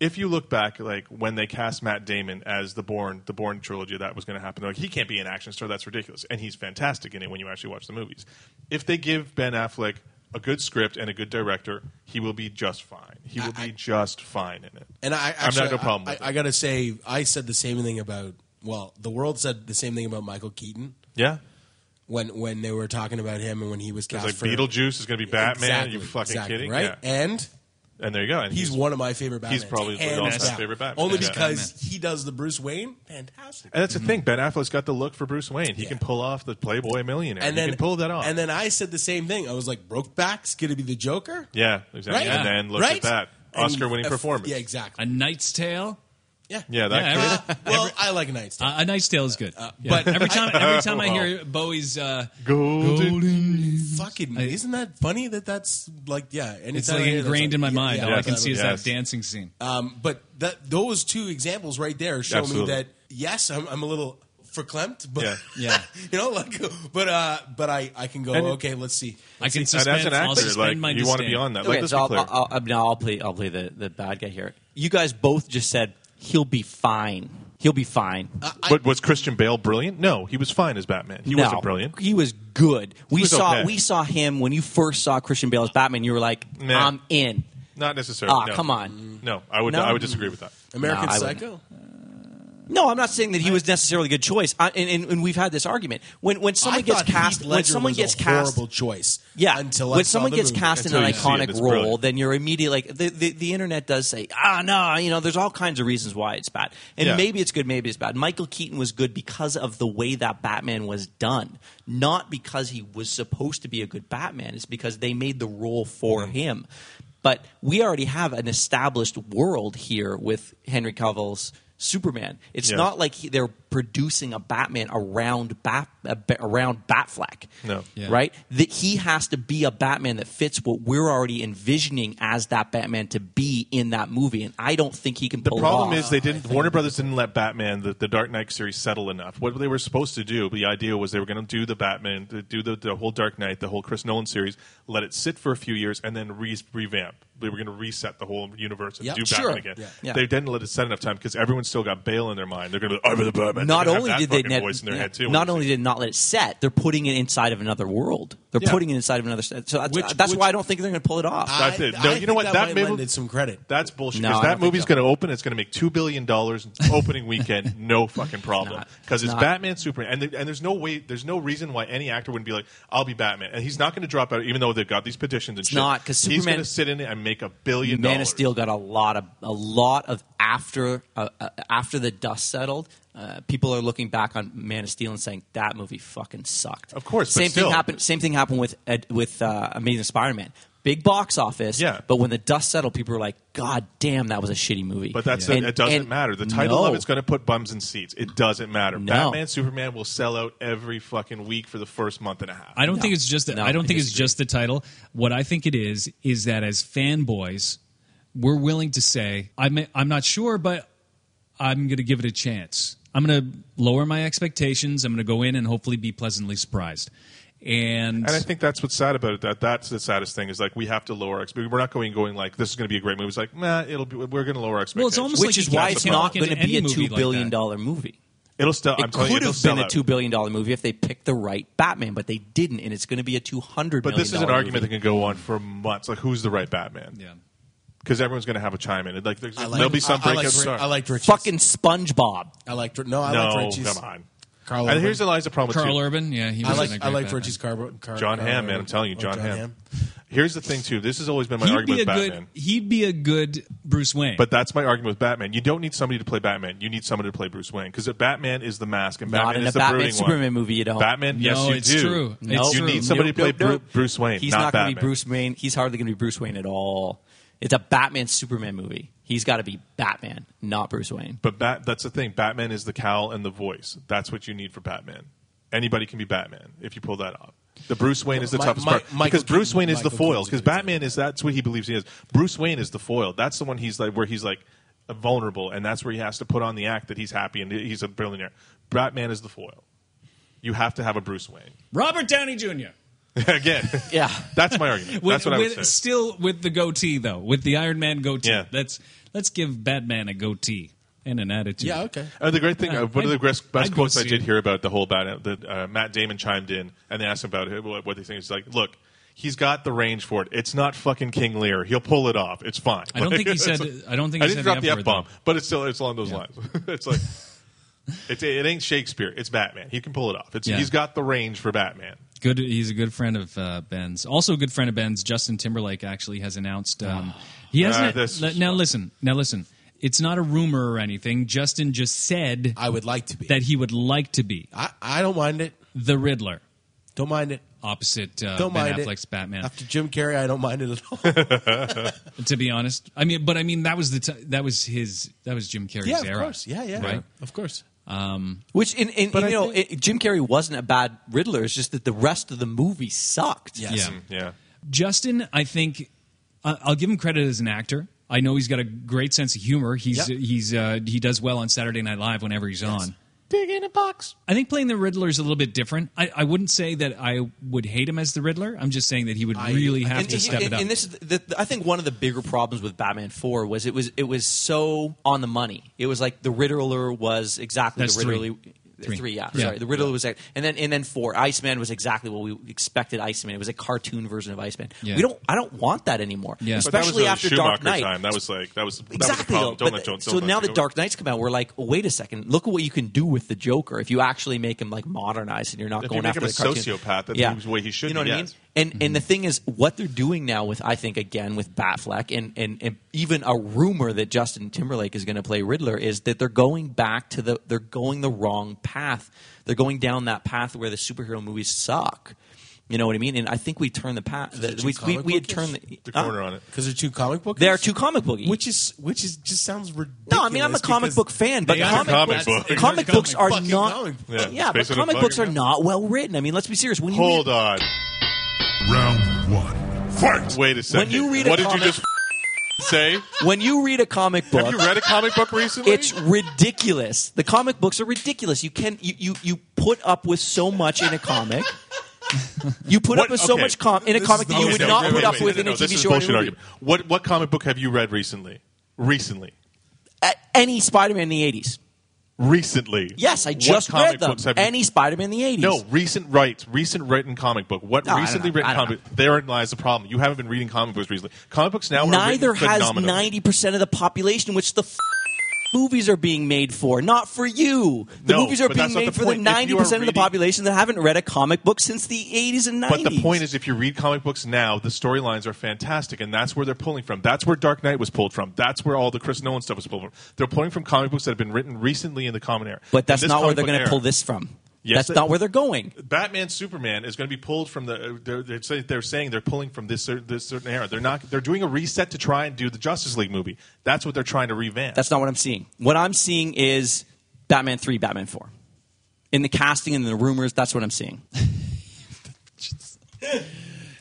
If you look back, like when they cast Matt Damon as the Born, the Born trilogy, that was going to happen. They're like he can't be an action star. That's ridiculous, and he's fantastic in it when you actually watch the movies. If they give Ben Affleck a good script and a good director, he will be just fine. He will be just fine in it. And I, I'm actually, not no problem I, with it. I, I gotta say, I said the same thing about. Well, the world said the same thing about Michael Keaton. Yeah. When when they were talking about him and when he was It's cast like for Beetlejuice is going to be Batman. Exactly, Are you fucking exactly, kidding? right? Yeah. And and there you go. And he's, one of my favorite Batman. He's probably the all-time favorite Batman. Only Yeah. because he does the Bruce Wayne. Fantastic. And that's the thing. Ben Affleck's got the look for Bruce Wayne. He can pull off the Playboy millionaire. And he then can pull that off. And then I said the same thing. I was like, Brokeback's gonna be the Joker. yeah, exactly. Right? And then look Right? at that And Oscar-winning a- performance. Yeah, exactly. A Knight's Tale. Yeah, Yeah, that Yeah, could- every- Well, I like Knight's Tale. Uh, a Knight's Tale is good, but- but every time every time I Oh. Wow. hear Bowie's uh, golden, Fucking, isn't that funny that that's like, yeah. anytime it's I like hear that's ingrained in my yeah, mind. yeah, All I can that's see is what it that dancing scene. Uh, Um, but that those two examples right there show Absolutely. me that yes, I'm, I'm a little verklempt, but Yeah. Yeah. you know, like, but uh, but I I can go And- okay. Let's see. I can And as suspend. an I'll actor, suspend like my you want to be disdain. on that. Okay, Let this so be clear. I'll, I'll, I'll, now I'll play. I'll play the, the bad guy here. You guys both just said he'll be fine. He'll be fine. But was Christian Bale brilliant? No, he was fine as Batman. He No. wasn't brilliant. He was good. we was saw okay. we saw him when you first saw Christian Bale as Batman. You were like, Nah. I'm in. Not necessarily. Ah, no. come on. No, I would. No. I would disagree with that. American No, I wouldn't. Psycho. No, I'm not saying that he was necessarily a good choice. I, and, and, and we've had this argument when when someone I gets thought Heath cast when Ledger someone was gets a cast horrible choice. Yeah, until I when saw someone the gets movie. cast in Until an you see it, iconic it's role, brilliant. then you're immediately like the, the the internet does say, ah, no, you know, there's all kinds of reasons why it's bad, and Yeah. maybe it's good, maybe it's bad. Michael Keaton was good because of the way that Batman was done, not because he was supposed to be a good Batman. It's because they made the role for Mm-hmm. him. But we already have an established world here with Henry Cavill's. Superman. It's Yeah. not like he, they're producing a Batman around Bat, uh, around Batfleck No. Yeah. right? That he has to be a Batman that fits what we're already envisioning as that Batman to be in that movie, and I don't think he can The pull it problem off. is they didn't. Warner Brothers didn't let Batman, the, the Dark Knight series, settle enough. What they were supposed to do, the idea was they were going to do the Batman, to do the, the whole Dark Knight, the whole Chris Nolan series, let it sit for a few years, and then re- revamp. They were going to reset the whole universe and Yep, do sure. Batman again. Yeah. Yeah. They didn't let it set enough time because everyone's still got Bale in their mind. They're going to be, I'm the Batman. not They're gonna only have did that they fucking net- voice in their yeah. head too. when not they only see did not let it set, they're putting it inside of another world. They're Yeah. putting it inside of another. set. So that's, Which- that's which- why I don't think they're going to pull it off. That's it. No, I you know think what? That, That might may- lend it some credit. That's bullshit. No, Because I don't that think movie's so. going to open. It's going to make two billion dollars opening weekend. No fucking problem. not. Because it's, It's not. Batman, Superman, and, there- and there's no way, there's no reason why any actor wouldn't be like, "I'll be Batman," and he's not going to drop out, even though they've got these petitions and shit. not, 'cause he's Superman- going to sit in it and make a billion. Man dollars. of Steel got a lot of a lot of after uh, uh, after the dust settled. Uh, people are looking back on Man of Steel and saying that movie fucking sucked. Of course, but same still. thing happened. Same thing happened with Ed, with uh, Amazing Spider-Man. Big box office, Yeah. But when the dust settled, people were like, "God damn, that was a shitty movie." But that's And- it doesn't and matter. The title of no. it's going to put bums in seats. It doesn't matter. No. Batman, Superman will sell out every fucking week for the first month and a half. I don't think it's just. The, No, I don't I think it's disagree. just the title. What I think it is is that as fanboys, we're willing to say, "I'm I'm not sure, but I'm going to give it a chance. I'm going to lower my expectations. I'm going to go in and hopefully be pleasantly surprised." And, And I think that's what's sad about it. That that's the saddest thing is like we have to lower our expectations. We're not going going like this is going to be a great movie. It's like nah, it'll be. We're going to lower our expectations. Well, it's almost like which is you why can't it's walk not into going to any be a movie two like billion that. dollar movie. it'll still. I'm It telling could you, it'll have been sell a out. two billion dollar movie if they picked the right Batman, but they didn't, and it's going to be a two hundred. But this is an argument movie. that can go on for months. Like, who's the right Batman? Yeah. Because everyone's going to have a chime in. Like, there's, I liked- there'll be some I, I breakout liked, star. I liked Richie's. fucking SpongeBob. I liked. No, I no, liked Richie's. come on. Carl and Urban. here's the lies the problem Carl with too. Urban, yeah, he I was in a like. great I like Batman. Richie's Carbo. Car, John Car- Hamm, man, I'm telling you, Oh, John, Hamm. Hamm. Here's the thing too. This has always been my He'd argument be a with good. Batman. He'd be a good Bruce Wayne. But that's my argument with Batman. You don't need somebody to play Batman. You need somebody to play Bruce Wayne because Batman is the mask and Not Batman in is a the Batman brooding one. Superman movie, you don't. Batman, yes, No, you it's do. true. No, It's you true. need somebody Nope, to play nope, Bru- nope. Bruce Wayne. He's not, not, going to Batman. be Bruce Wayne. He's hardly going to be Bruce Wayne at all. It's a Batman Superman movie. He's got to be Batman, not Bruce Wayne. But Bat, that's the thing. Batman is the cowl and the voice. That's what you need for Batman. Anybody can be Batman if you pull that off. The Bruce Wayne is the Mi- toughest Mi- part Michael because Bruce Keaton- Wayne is the Michael foil. Because Keaton's a good Batman is that's what he believes he is. Bruce Wayne is the foil. That's the one he's like where he's like vulnerable, and that's where he has to put on the act that he's happy and he's a billionaire. Batman is the foil. You have to have a Bruce Wayne Robert Downey Jr. again. Yeah. that's my argument. With, that's what I would with- say. Still with the goatee though, with the Iron Man goatee. Yeah. Let's let's give Batman a goatee and an attitude. Yeah. Okay. Uh, the great thing, Uh, uh, one of the I'd- best, best I'd go quotes I see did it. hear about the whole about it, that uh, Matt Damon chimed in and they asked him about it, what, what they think. He's like, look, He's got the range for it. It's not fucking King Lear. He'll pull it off. It's fine. I don't think he said- it's- I don't think I he didn't said drop the the F-word, F bomb, but it's still it's along those lines. it's like it, it ain't Shakespeare. It's Batman. He can pull it off. It's, Yeah. He's got the range for Batman. Good. He's a good friend of uh, Ben's. Also, a good friend of Ben's. Justin Timberlake actually has announced. Um, he Ah, hasn't. this- le- now listen. Now listen. It's not a rumor or anything. Justin just said I would like to be that he would like to be. I, I don't mind it. The Riddler. Don't mind it. Opposite uh, Don't Ben mind it. Affleck's Batman. After Jim Carrey, I don't mind it at all. to be honest, I mean, but I mean that was the t- that was his that was Jim Carrey's yeah, of era. course. Yeah, yeah, Right. of course. Um, Which, in, in, you know, it, Jim Carrey wasn't a bad Riddler. It's just that the rest of the movie sucked. Yes. Yeah. Mm, Yeah. Justin, I think I- I'll give him credit as an actor. I know he's got a great sense of humor. He's Yep. he's uh, he does well on Saturday Night Live whenever he's on. Dig in a box. I think playing the Riddler is a little bit different. I, I wouldn't say that I would hate him as the Riddler. I'm just saying that he would really have and, to and- step it and- up. and this is the, the- I think one of the bigger problems with Batman Four was it was it was so on the money. It was like the Riddler was exactly That's the Riddler. three. Three. yeah, Yeah. sorry. The Riddler was, ex- and then and then four. Iceman was exactly what we expected. Iceman. It was a cartoon version of Iceman. Yeah. We don't. I don't want that anymore. Yeah. But But that was Especially really after Schumacher Dark Knight. time. That was like that was that was the Exactly. problem. though. Don't But let- don't- so don't let now it that go. Dark Knight's come out, we're like, oh, wait a second. Look at what you can do with the Joker if you actually make him like modernized and you're not If you going make after him the a cartoon. sociopath, then he's the way he should You know be, what yes. Mm-hmm. I mean? And and the thing is, what they're doing now with I think again with Batfleck and and, and even a rumor that Justin Timberlake is going to play Riddler is that they're going back to the they're going the wrong path. They're going down that path where the superhero movies suck. You know what I mean? And I think we turned the path. Is it We, too we, we had comic turned the, bookish? the corner on it. Because they're two comic books. There are two comic booky. Which is which is just sounds ridiculous. No, I mean I'm a comic because- book fan, but They are comic, comic books, books. comic, Comic books are fucking not. comic Yeah, Yeah, it's but based on a comic book. books are not well written. I mean, let's be serious. When you Hold read, on. Round one. Fight. Wait a second. you read a what did comic- you just say? when you read a comic book, Have you read a comic book recently? it's ridiculous. The comic books are ridiculous. You can you you, you put up with so much in a comic. You put What- up with so okay. much com- in a comic that you Okay, would no, not wait, put wait, up wait, with no, in no, a this TV is show. or a bullshit movie. argument. What what comic book have you read recently? Recently, A- Any Spider-Man in the '80s? recently. Yes, I What just comic read them. books have you- Any Spider-Man in the '80s? No, recent right, recent written comic book. What No, I don't recently know. written I don't comic? book? Therein lies the problem. You haven't been reading comic books recently. Comic books now are neither written has phenomenally. ninety percent of the population, which the f- movies are being made for, not for you. The No, movies are but being that's not made the for point. the If you are ninety percent of the reading- population that haven't read a comic book since the eighties and nineties. But the point is, if you read comic books now, the storylines are fantastic, and that's where they're pulling from. That's where Dark Knight was pulled from. That's where all the Chris Nolan stuff was pulled from. They're pulling from comic books that have been written recently in the common era. but that's In this not where comic they're book going era, to pull this from. Yes, that's they- not where they're going. Batman Superman is going to be pulled from the. uh, They're, they're, saying, they're saying they're pulling from this cer- this certain era. They're not. They're doing a reset to try and do the Justice League movie. That's what they're trying to revamp. That's not what I'm seeing. What I'm seeing is Batman three, Batman four. In the casting and the rumors, that's what I'm seeing.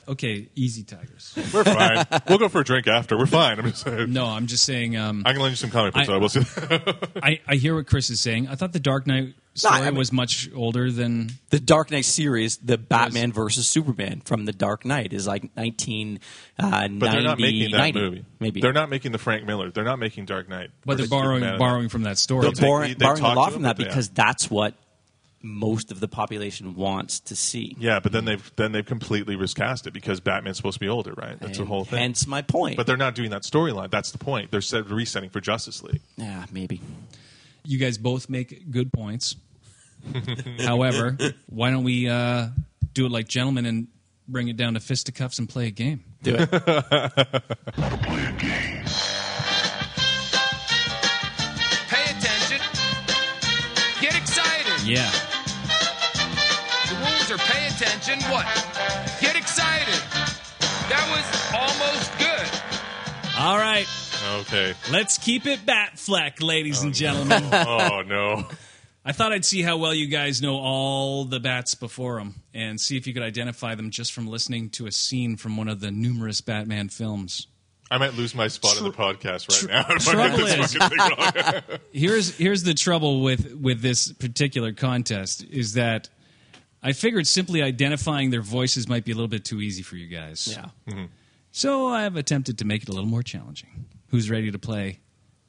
okay, easy tigers. We're fine. we'll go for a drink after. We're fine. I'm just saying. No, I'm just saying. Um, I can lend you some comic books. I- I, will see. I, I hear what Chris is saying. I thought the Dark Knight No, I story mean- was much older than The Dark Knight series, the Batman versus Superman from the Dark Knight, is like 1990. But they're not making that 90, movie. Maybe They're not making the Frank Miller. They're not making Dark Knight. but they're versus borrowing Superman. borrowing from that story. They'll they're borrowing, take- they borrowing a talk lot to from them, that but they- because that's what most of the population wants to see. Yeah, but then they've then they've completely recast it because Batman's supposed to be older, right? That's the And whole thing. Hence my point. but they're not doing that storyline. That's the point. They're set, resetting for Justice League. yeah, maybe. you guys both make good points. However, why don't we uh, do it like gentlemen and bring it down to fisticuffs and play a game? Do it. Pay attention. Get excited. Yeah. The rules are pay attention. What? Get excited. That was almost good. All right. Okay. Let's keep it bat fleck, ladies and gentlemen. oh no. I thought I'd see how well you guys know all the bats before them and see if you could identify them just from listening to a scene from one of the numerous Batman films. I might lose my spot on the podcast right now. if I get trouble is- this fucking thing wrong. here's here's the trouble with with this particular contest is that I figured simply identifying their voices might be a little bit too easy for you guys. Yeah. So I have attempted to make it a little more challenging. Who's ready to play?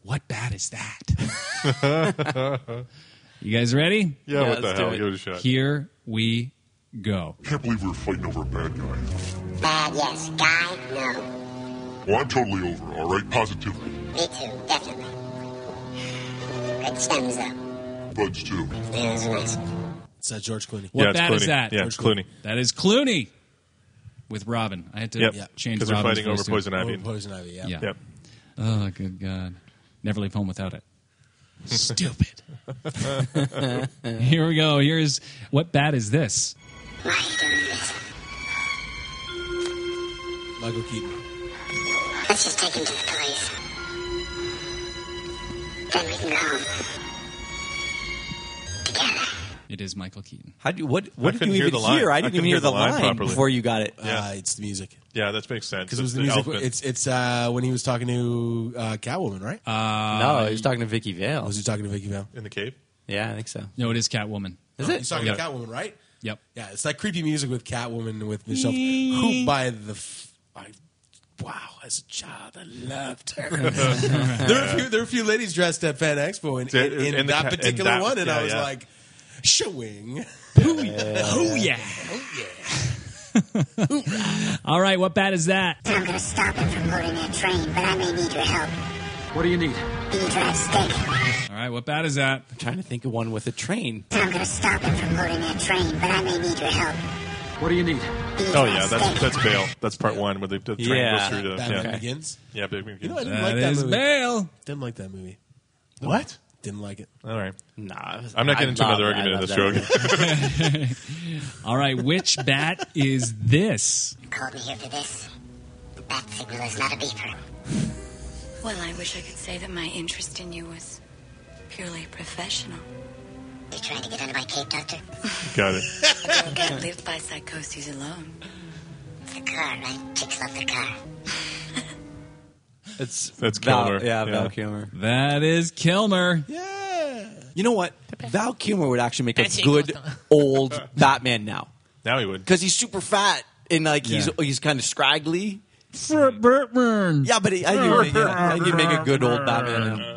What bat is that? you guys ready? yeah, Yeah, What the let's do hell? it. Give it a shot. Here we Go. Can't believe we were fighting over a bad guy. Bad Uh, yes, guy, no. Well, I'm totally over, all right? Positively. Me too, definitely. Good stems though. Buds, too. Yeah, those are nice. It's that George Clooney. What Yeah, it's bad is Clooney. that? Yeah, it's Clooney. That is Clooney with Robin. I had to Yep. Yeah. change 'Cause we're Robin's fighting over voice to- Poison Ivy. Over Poison Ivy, yeah. Yeah. Yep. Oh, good God. Never leave home without it. Stupid. Here we go. Here's what bad is this? Michael Keaton. Let's just take him to the police. Then we can go home. It is Michael Keaton. How do you, what what did couldn't you hear even the line. hear? I I didn't couldn't hear even hear the the line line properly. before you got it. Uh, it's the music. Yeah, that makes sense. Because it was It's the music. elephant. It's it's uh, when he was talking to uh, Catwoman, right? no, Uh, he was talking to Vicky Vale. was he talking to Vicky Vale? in the cave. yeah, I think so. No, it is Catwoman. Is He's it? talking to Yeah. Catwoman, right? Yep. Yeah, it's that creepy music with Catwoman with Michelle. Who by the f- I, wow, as a child I loved her. there were a few there were a few ladies dressed at Fan Expo in, Yeah, in, in in the that ca- in particular that- one, and I yeah, was yeah. like, showing. Oh, yeah. All right. What bad is that? I'm gonna stop him from boarding that train, but I may need your help. What do you need? Bean drive stick. All right. What bad is that? I'm trying to think of one with a train. I'm gonna stop him from boarding that train, but I may need your help. What do you need? Bean Oh drive yeah, that's stick. that's Bale. That's part one where the, the train Yeah. goes through the Batman yeah. Begins. Yeah, Batman You Begins. know, I didn't That like that is movie. bail. Didn't like that movie. What? Didn't like it. All right. Nah, it was- I'm not getting I into love- another I argument in love this that show. movie. All right. Which bat is this? Called me here for this. The bat signal is not a beeper. Well, I wish I could say that my interest in you was purely professional. You trying to get under my cape, Doctor? Got it. I can't live by psychoses alone. It's the car, right? Chicks love the car. It's That's Val, Kilmer. Yeah, Yeah. Val Kilmer. That is Kilmer. Yeah. You know what? Val Kilmer would actually make a That's it. good old Batman now Now he would. because he's super fat and like he's Yeah. he's kind of scraggly. For Batman. Yeah, but he, I, think he'd make, yeah, I think he'd make a good old Batman. Now.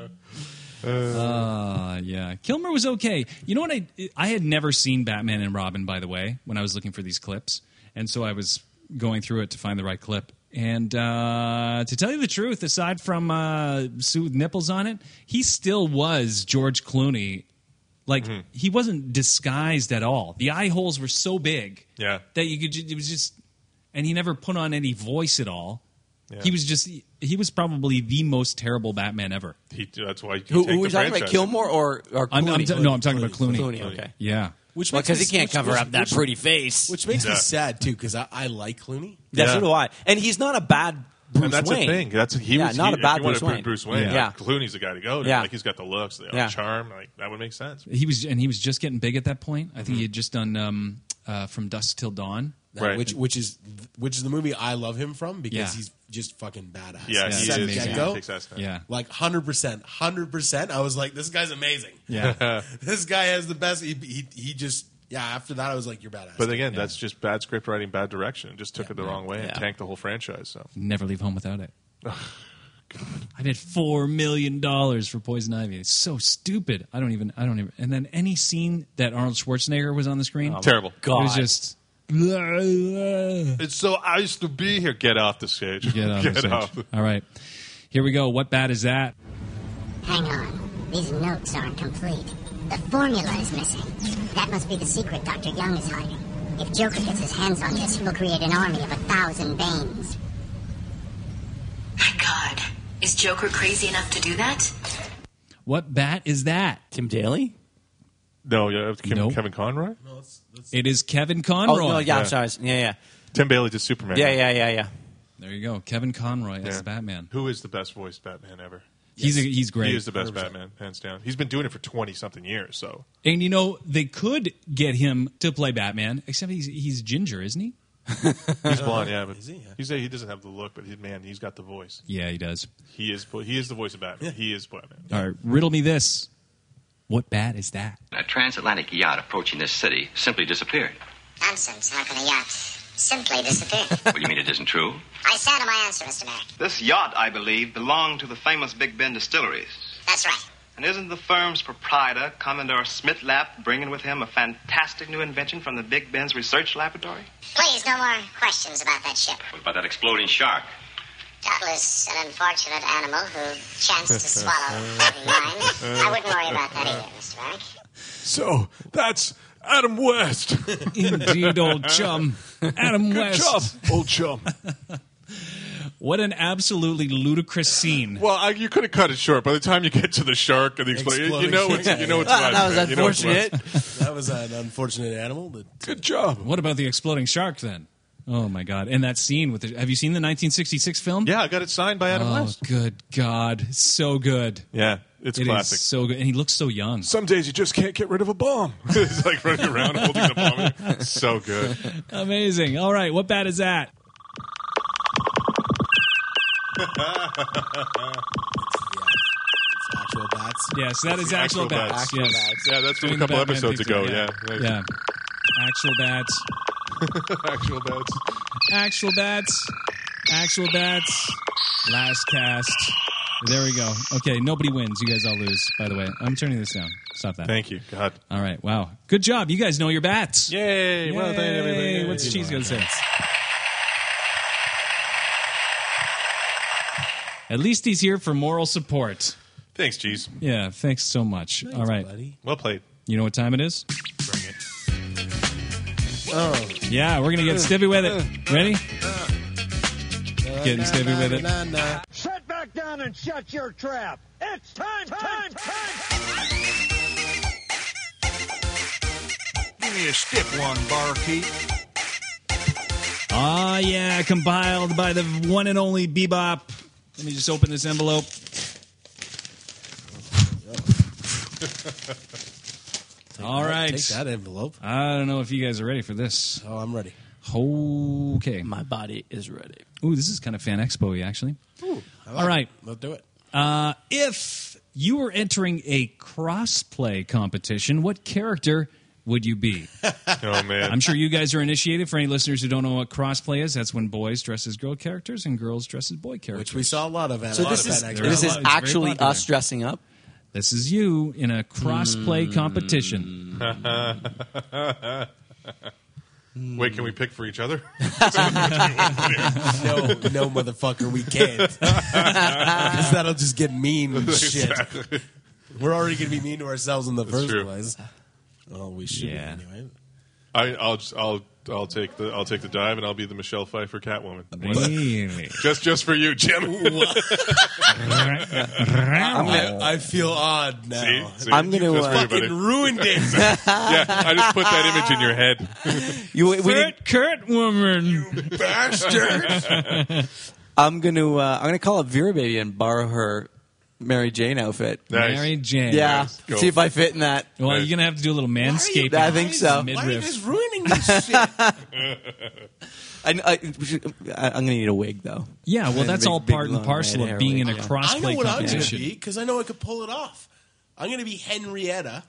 Uh, yeah, Kilmer was okay. You know what? I I had never seen Batman and Robin, by the way, when I was looking for these clips, and so I was going through it to find the right clip. And uh, to tell you the truth, aside from uh, Sue with nipples on it, he still was George Clooney. Like Mm-hmm. he wasn't disguised at all. The eye holes were so big Yeah. that you could. ju- It was just, and he never put on any voice at all. Yeah. He was just. He was probably the most terrible Batman ever. He, that's why. You Who, take who the we talking about? franchise. Kilmore or or Clooney? I'm, I'm t- no, I'm talking about Clooney. Clooney. Okay. Yeah. Which Well, makes me- because he can't which- cover which- up that which- pretty face. Which makes me Yeah. sad too, because I, I like Clooney. yeah, Yeah. so do I. And he's not a bad Bruce and that's Wayne. the thing. That's he Yeah, was not he, a bad if you wanted Bruce to put Wayne. Bruce Wayne. Yeah. Yeah. Clooney's the guy to go. To. Yeah. Like he's got the looks, the Yeah. charm. Like that would make sense. He was, and he was just getting big at that point. I think he had just done um, uh, from dusk till dawn. Now, Right. Which which is which is the movie I love him from because Yeah. he's just fucking badass. Yeah, Yeah, he that's Set is. amazing. He get-go, takes that step. Yeah, like hundred percent, hundred percent. I was like, this guy's amazing. yeah. This guy has the best. He he, he just yeah. After that, I was like, you're badass. But again, that's just bad script writing, bad direction. It just took it the wrong way and Yeah. tanked the whole franchise. So Never leave home without it. I did four million dollars for Poison Ivy. It's so stupid. I don't even. I don't even. And then any scene that Arnold Schwarzenegger was on the screen, terrible. It was just. It's so I used to be here. Get off the stage. Get off. the stage. off. All right, here we go. What bad is that? Hang on. These notes aren't complete. The formula is missing. That must be the secret Dr. Young is hiding. If Joker gets his hands on this, he'll create an army of a thousand Banes. God, is Joker crazy enough to do that? What bat is that? Tim Daly? No, yeah, it was Kim, Nope. Kevin Conroy, It is Kevin Oh, Conroy. no, yeah, Yeah. I'm sorry. Yeah, Tim Bailey did Superman. yeah. Yeah, yeah, yeah, yeah. There you go. Kevin Conroy Yeah. as Batman. Who is the best voiced Batman ever? He's a, he's great. He is the best Batman, hands down. He's been doing it for twenty something years. So And you know, they could get him to play Batman, except he's he's ginger, isn't he? he's blonde, yeah. But Is he? Yeah. he's a, Uh-huh. he doesn't have the look, but he, man, he's got the voice. Yeah, he does. He is he is the voice of Batman. He is Batman. All right, riddle me this. What bat is that? A transatlantic yacht approaching this city simply disappeared. Nonsense. How can a yacht simply disappear? Well, you mean it isn't true? I stand to my answer, Mr. Merrick. This yacht, I believe, belonged to the famous Big Bend Distilleries. That's right. And isn't the firm's proprietor, Commodore Smitlap, bringing with him a fantastic new invention from the Big Ben's research laboratory? Please, no more questions about that ship. What about that exploding shark? Doubtless an unfortunate animal who chanced to swallow a floating mine. I wouldn't worry about that either, Mr. Merrick. So that's Adam West. Indeed, old chum. Adam Good West. job, old chum. What an absolutely ludicrous scene. Well, I, you could have cut it short. By the time you get to the shark and the explosion, you know it's you know it's West, man. You know it's West. that was an unfortunate animal. That Good job. What about the exploding shark then? Oh my god! And that scene with the, have you seen the 1966 film? Yeah, I got it signed by Adam oh, West. Good God, It's so good. Yeah, it's It is classic. so good, and he looks so young. Some days you just can't get rid of a bomb. it's like running around holding the bomb. So good. Amazing. All right, what bat is that? actual bats. Yes, that is The actual, bats. Yes. Yeah, that's from a Doing couple Batman episodes thing ago. Yeah. together. yeah, actual bats. Actual bats. Actual bats. Actual bats. Last cast. There we go. Okay, nobody wins. You guys all lose. By the way, I'm turning this down. Stop that. Thank you. God. All right. Wow. Good job. You guys know your bats. Yay. Well done, everybody. What's Cheese going to say? At least he's here for moral support. Thanks, Cheese. Yeah, thanks so much. all right. Well played. You know what time it is? Bring it. Oh. Yeah, we're going to get Stevie with it. Ready? Getting Stevie with it. Sit back down and shut your trap. It's time, time, time. Give me a stiff one, barkeep. Oh, yeah, compiled by the one and only Bebop. Let me just open this envelope. All that- right. take that envelope. I don't know if you guys are ready for this. Oh, I'm ready. Okay. My body is ready. Ooh, this is kind of fan expo actually. Ooh, I like All right. It. Let's do it. Uh, if you were entering a crossplay competition, what character would you be? Oh man. I'm sure you guys are initiated. For any listeners who don't know what crossplay is, that's when boys dress as girl characters and girls dress as boy characters. Which we saw a lot of at So this is this is actually us dressing up. This is you in a crossplay competition. Wait, can we pick for each other? no, no, motherfucker, we can't. Because that'll just get mean and shit. Exactly. We're already going to be mean to ourselves in the first true. place. Oh, we should be Yeah. anyway. I, I'll just, I'll I'll take the I'll take the dive and I'll be the Michelle Pfeiffer Catwoman. Really? just just for you, Jim. I, I feel odd now. See? See? I'm gonna, Just uh, for you, buddy. fucking ruined it. yeah, I just put that image in your head. You, we didn't- Kurt woman, you bastard. I'm gonna uh, I'm gonna call up Vera Baby and borrow her Mary Jane outfit. Nice. Mary Jane. Yeah. Nice. Go. See if I fit in that. Well, you're gonna have to do a little manscaping. I think so. Midriff. ruining this shit? I, I, I'm gonna need a wig though. Yeah, well, And a that's big- all big, part and long parcel red of hair being in wig, a yeah. cross- I know what I'm going to competition. be because I know I could pull it off. I'm going to be Henrietta,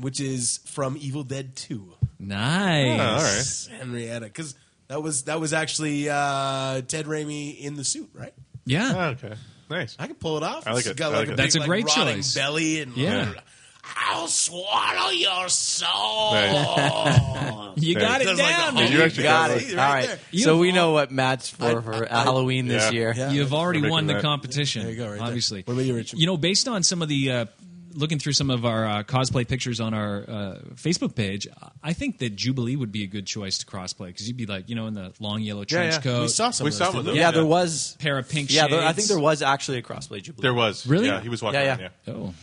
which is from Evil Dead 2. Nice. Henrietta, because that was that was actually uh, Ted Raimi in the suit, right? Yeah. Oh, okay. Nice. I can pull it off. I like It's it. got I like like a it. big, That's a like, great rotting choice. belly and Yeah. I'll swallow your soul. Nice. You got it Does, like, down, the man. You You actually got got it. all it. right. Right there. So You've we know what Matt's for for Halloween this Yeah. year. You've already We're won the making that. competition. There you go, right there. obviously. What about you, Richard? You know, based on some of the uh, looking through some of our uh, cosplay pictures on our uh, Facebook page, I think that Jubilee would be a good choice to crossplay because you'd be like, you know, in the long yellow trench coat. Yeah, there was pair of pink. Yeah, there, I shades. think there was actually a crossplay jubilee. There was. Really? Yeah, he was walking Yeah, around, yeah. Oh.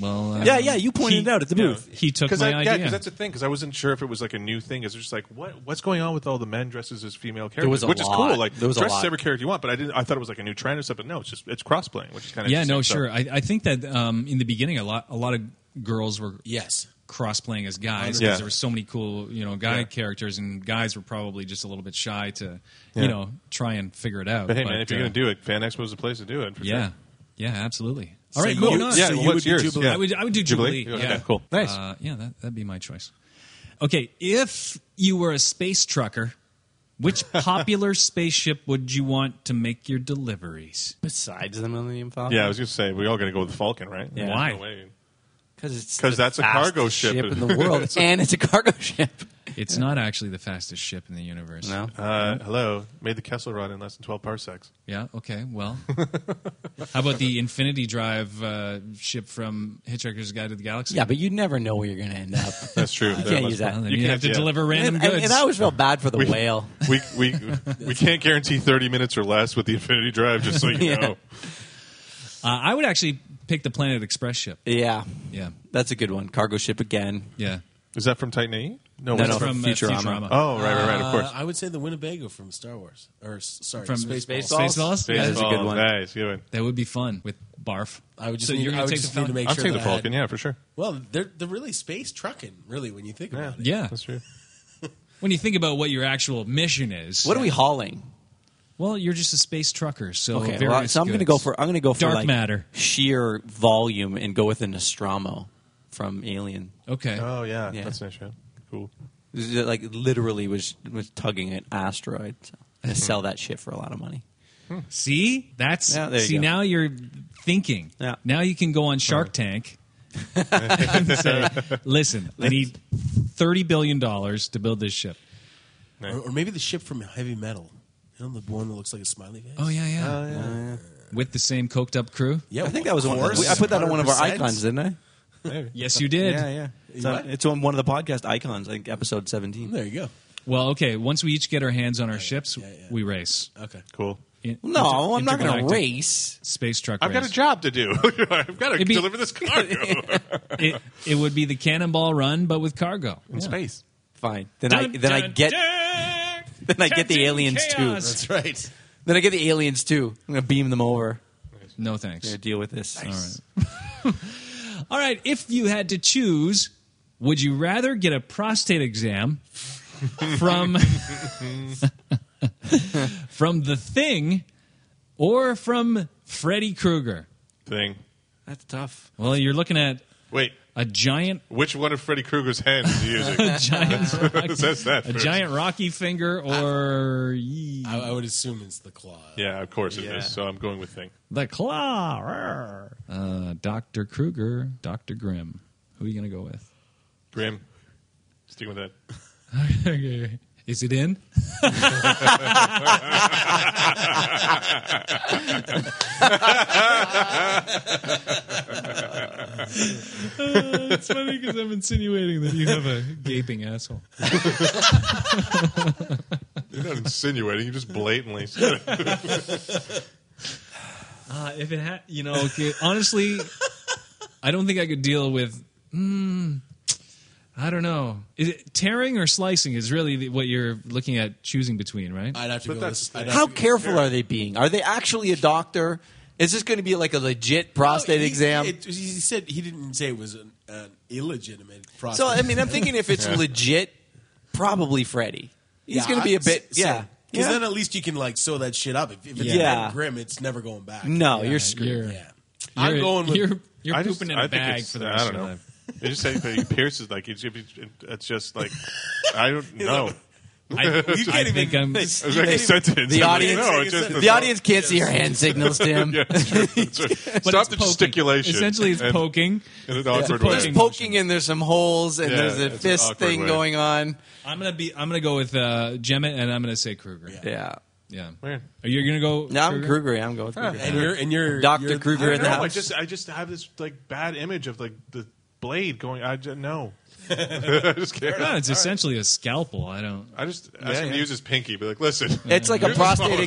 Well, uh, Yeah, yeah, you pointed it out at the booth. He took Cause my I, idea. Yeah, because that's the thing. Because I wasn't sure if it was like a new thing. It's just like what what's going on with all the men dresses as female characters, was a which lot. is cool. Like There was a dress lot. as every character you want, but I didn't. I thought it was like a new trend or something. No, it's just it's cross playing, which is kind of yeah, no, sure. I, I think that um, in the beginning, a lot a lot of girls were yes cross playing as guys 100%. because Yeah. there were so many cool you know guy Yeah. characters, and guys were probably just a little bit shy to Yeah. you know try and figure it out. But hey, man, if you're uh, gonna do it, Fan Expo is the place to do it. For yeah, Oh, sure. yeah, absolutely. So All right, you moving would- on. yeah, So you what's would do yours? Jubilee. Yeah. I would I would do Jubilee? Jubilee. Okay, Yeah, cool. Nice. Uh, yeah, that that'd be my choice. Okay, if you were a space trucker, Which popular spaceship would you want to make your deliveries? Besides the Millennium Falcon. Yeah, I was going to say we all got to go with the Falcon, right? Yeah. Why? Because it's 'Cause the that's a cargo fastest ship. in the world, and it's a cargo ship. It's not actually the fastest ship in the universe. No? Uh, hello, made the Kessel run in less than twelve parsecs. Yeah. Okay. Well, how about the Infinity Drive uh, ship from Hitchhiker's Guide to the Galaxy? Yeah, but you never know where you're going to end up. That's true. You That can't must- use that. Well, then You you have can't- to yeah. deliver random and, and- goods. And I always felt bad for the whale. We we we can't guarantee thirty minutes or less with the Infinity Drive. Just so you Yeah. know. Uh, I would actually pick the Planet Express ship. Yeah. Yeah. That's a good one. Cargo ship again. Yeah. Is that from Titan A? No, it's from, uh, Futurama. Oh, right, right, right. Of course. Uh, I would say the Winnebago from Star Wars, or s- sorry, From Spaceballs. Spaceballs? Spaceballs. Yeah, that's a good one. Nice, good one. That would be fun with barf. I would just So need, you're I gonna would take just the need to Falcon? make I'll sure take the that I had- Falcon, yeah, for sure. Well, they're they're really space trucking, really, when you think about it. Yeah, that's true. When you think about what your actual mission is, What are we hauling? Well, you're just a space trucker, so okay, well, various so I'm going to goods. go for I'm going to go for dark like, matter. sheer volume, and go with an Nostromo from Alien. Okay. Oh yeah, Yeah. that's an issue. Cool. This is, Like literally was was tugging at asteroids. I'm going to sell that shit for a lot of money. See, that's Yeah, there you see go. now you're thinking. Yeah. Now you can go on Shark Tank and say, "Listen, I need thirty billion dollars to build this ship." Or, or maybe the ship from Heavy Metal. You know, the one that looks like a smiley face. Oh yeah, yeah. With the same coked up crew. Yeah, I think that was one. Of the, course, I put that on one of our 100%. icons, didn't I? Yes, you did. Yeah, yeah. It's on, it's on one of the podcast icons, like episode 17. There you go. Well, okay. Once we each get our hands on our ships, we race. Okay. Cool. In- No, I'm not gonna intergalactic race. Space truck. I've got race. a job to do. I've got to It'd be- deliver this cargo It, it would be the cannonball run, but with cargo in space. Fine. Then I then I get then I get the aliens too. That's right. Then I get the aliens too. I'm gonna beam them over. No thanks. Here, deal with this. All right. If you had to choose, would you rather get a prostate exam from from the thing or from Freddy Krueger? Thing. That's tough. Well, you're looking at Wait, a giant, which one of Freddy Krueger's hands is he using? a giant, It says that. a first. giant rocky finger, or ye- I, I would assume it's the claw. Yeah, of course it is. Yeah. So I'm going with thing. the claw. Rawr. Uh, Doctor Krueger, Doctor Grimm. Who are you going to go with? Grim. Sticking with that. Is it in? it's funny because I'm insinuating that you have a gaping asshole. You're not insinuating. You just blatantly. Uh, if it had, you know, okay, honestly, I don't think I could deal with. Mm, I don't know. Is it tearing or slicing is really the- what you're looking at choosing between, right? I'd have to But go. that's- With, I'd have How to go- careful are they being? Are they actually a doctor? Is this going to be like a legit prostate No, he- exam? it- he said he didn't say it was an, an illegitimate prostate. so I mean, I'm thinking if it's legit, probably Freddy. He's Yeah, going to be a I- bit. so- yeah. so- 'cause yeah. then at least you can like sew that shit up. If, if it's Yeah. yeah. grim, it's never going back. no, you're You're, screwed. Yeah. I'm going with. you're, you're I pooping just- in I a think bag it's- for the I rest don't of your know. life. They just say it pierces like it's, it's just like I don't know. I, I think I'm. It's like a sentence. The I'm like, audience, no, it's just- the audience can't see your hand signals, Tim. Yeah, it's true, it's true. but Stop it's the poking. gesticulation. Essentially, it's and- poking. In an awkward poking. way. There's poking and there's some holes and Yeah, there's a it's an fist awkward thing way. going on. I'm gonna be. I'm gonna go with uh, Gemmett, and I'm gonna say Kruger. Yeah. Yeah. Weird. Are you gonna go? No, I'm Kruger. I'm going with Kruger. and you're and you're Dr. you're- Kruger I in don't the know. I house. just I just have this like bad image of like the blade going. I just, no. I just can't. No, it's essentially a scalpel. I don't. I just ask him to use his pinky. Be like, listen. It's like a Here's prostate smallest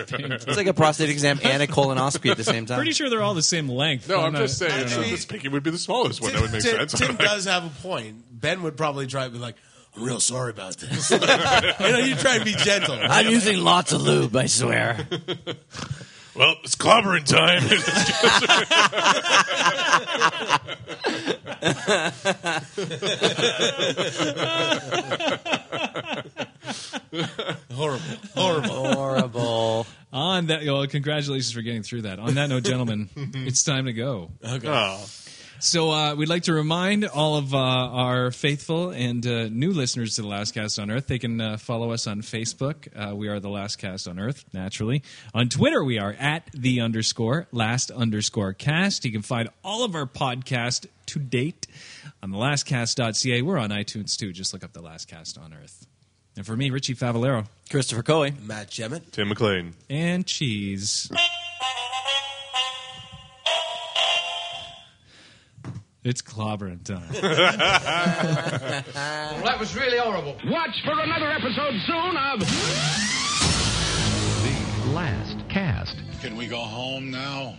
exam. finger. It's like a prostate exam and a colonoscopy at the same time. Pretty sure they're all the same length. No, I'm not- just saying. Actually- this pinky would be the smallest one. That would make Tim, sense. Tim Like, does have a point. Ben would probably try to be like, "I'm real sorry about this." you know, you try to be gentle. I'm using lots of lube, I swear. well, it's clobbering time. Horrible, horrible. Horrible. On that, well, congratulations for getting through that. On that note, gentlemen, it's time to go. Okay. oh, So uh, we'd like to remind all of uh, our faithful and uh, new listeners to The Last Cast on Earth. They can uh, follow us on Facebook. Uh, we are The Last Cast on Earth, naturally. On Twitter, we are at the underscore last underscore cast. You can find all of our podcast to date on thelastcast.ca. We're on iTunes too. Just look up The Last Cast on Earth. And for me, Richie Favalero, Christopher Coey, Matt Gemmett, Tim McLean, and cheese. It's clobbering time. well, that was really horrible. Watch for another episode soon of. The last cast. Can we go home now?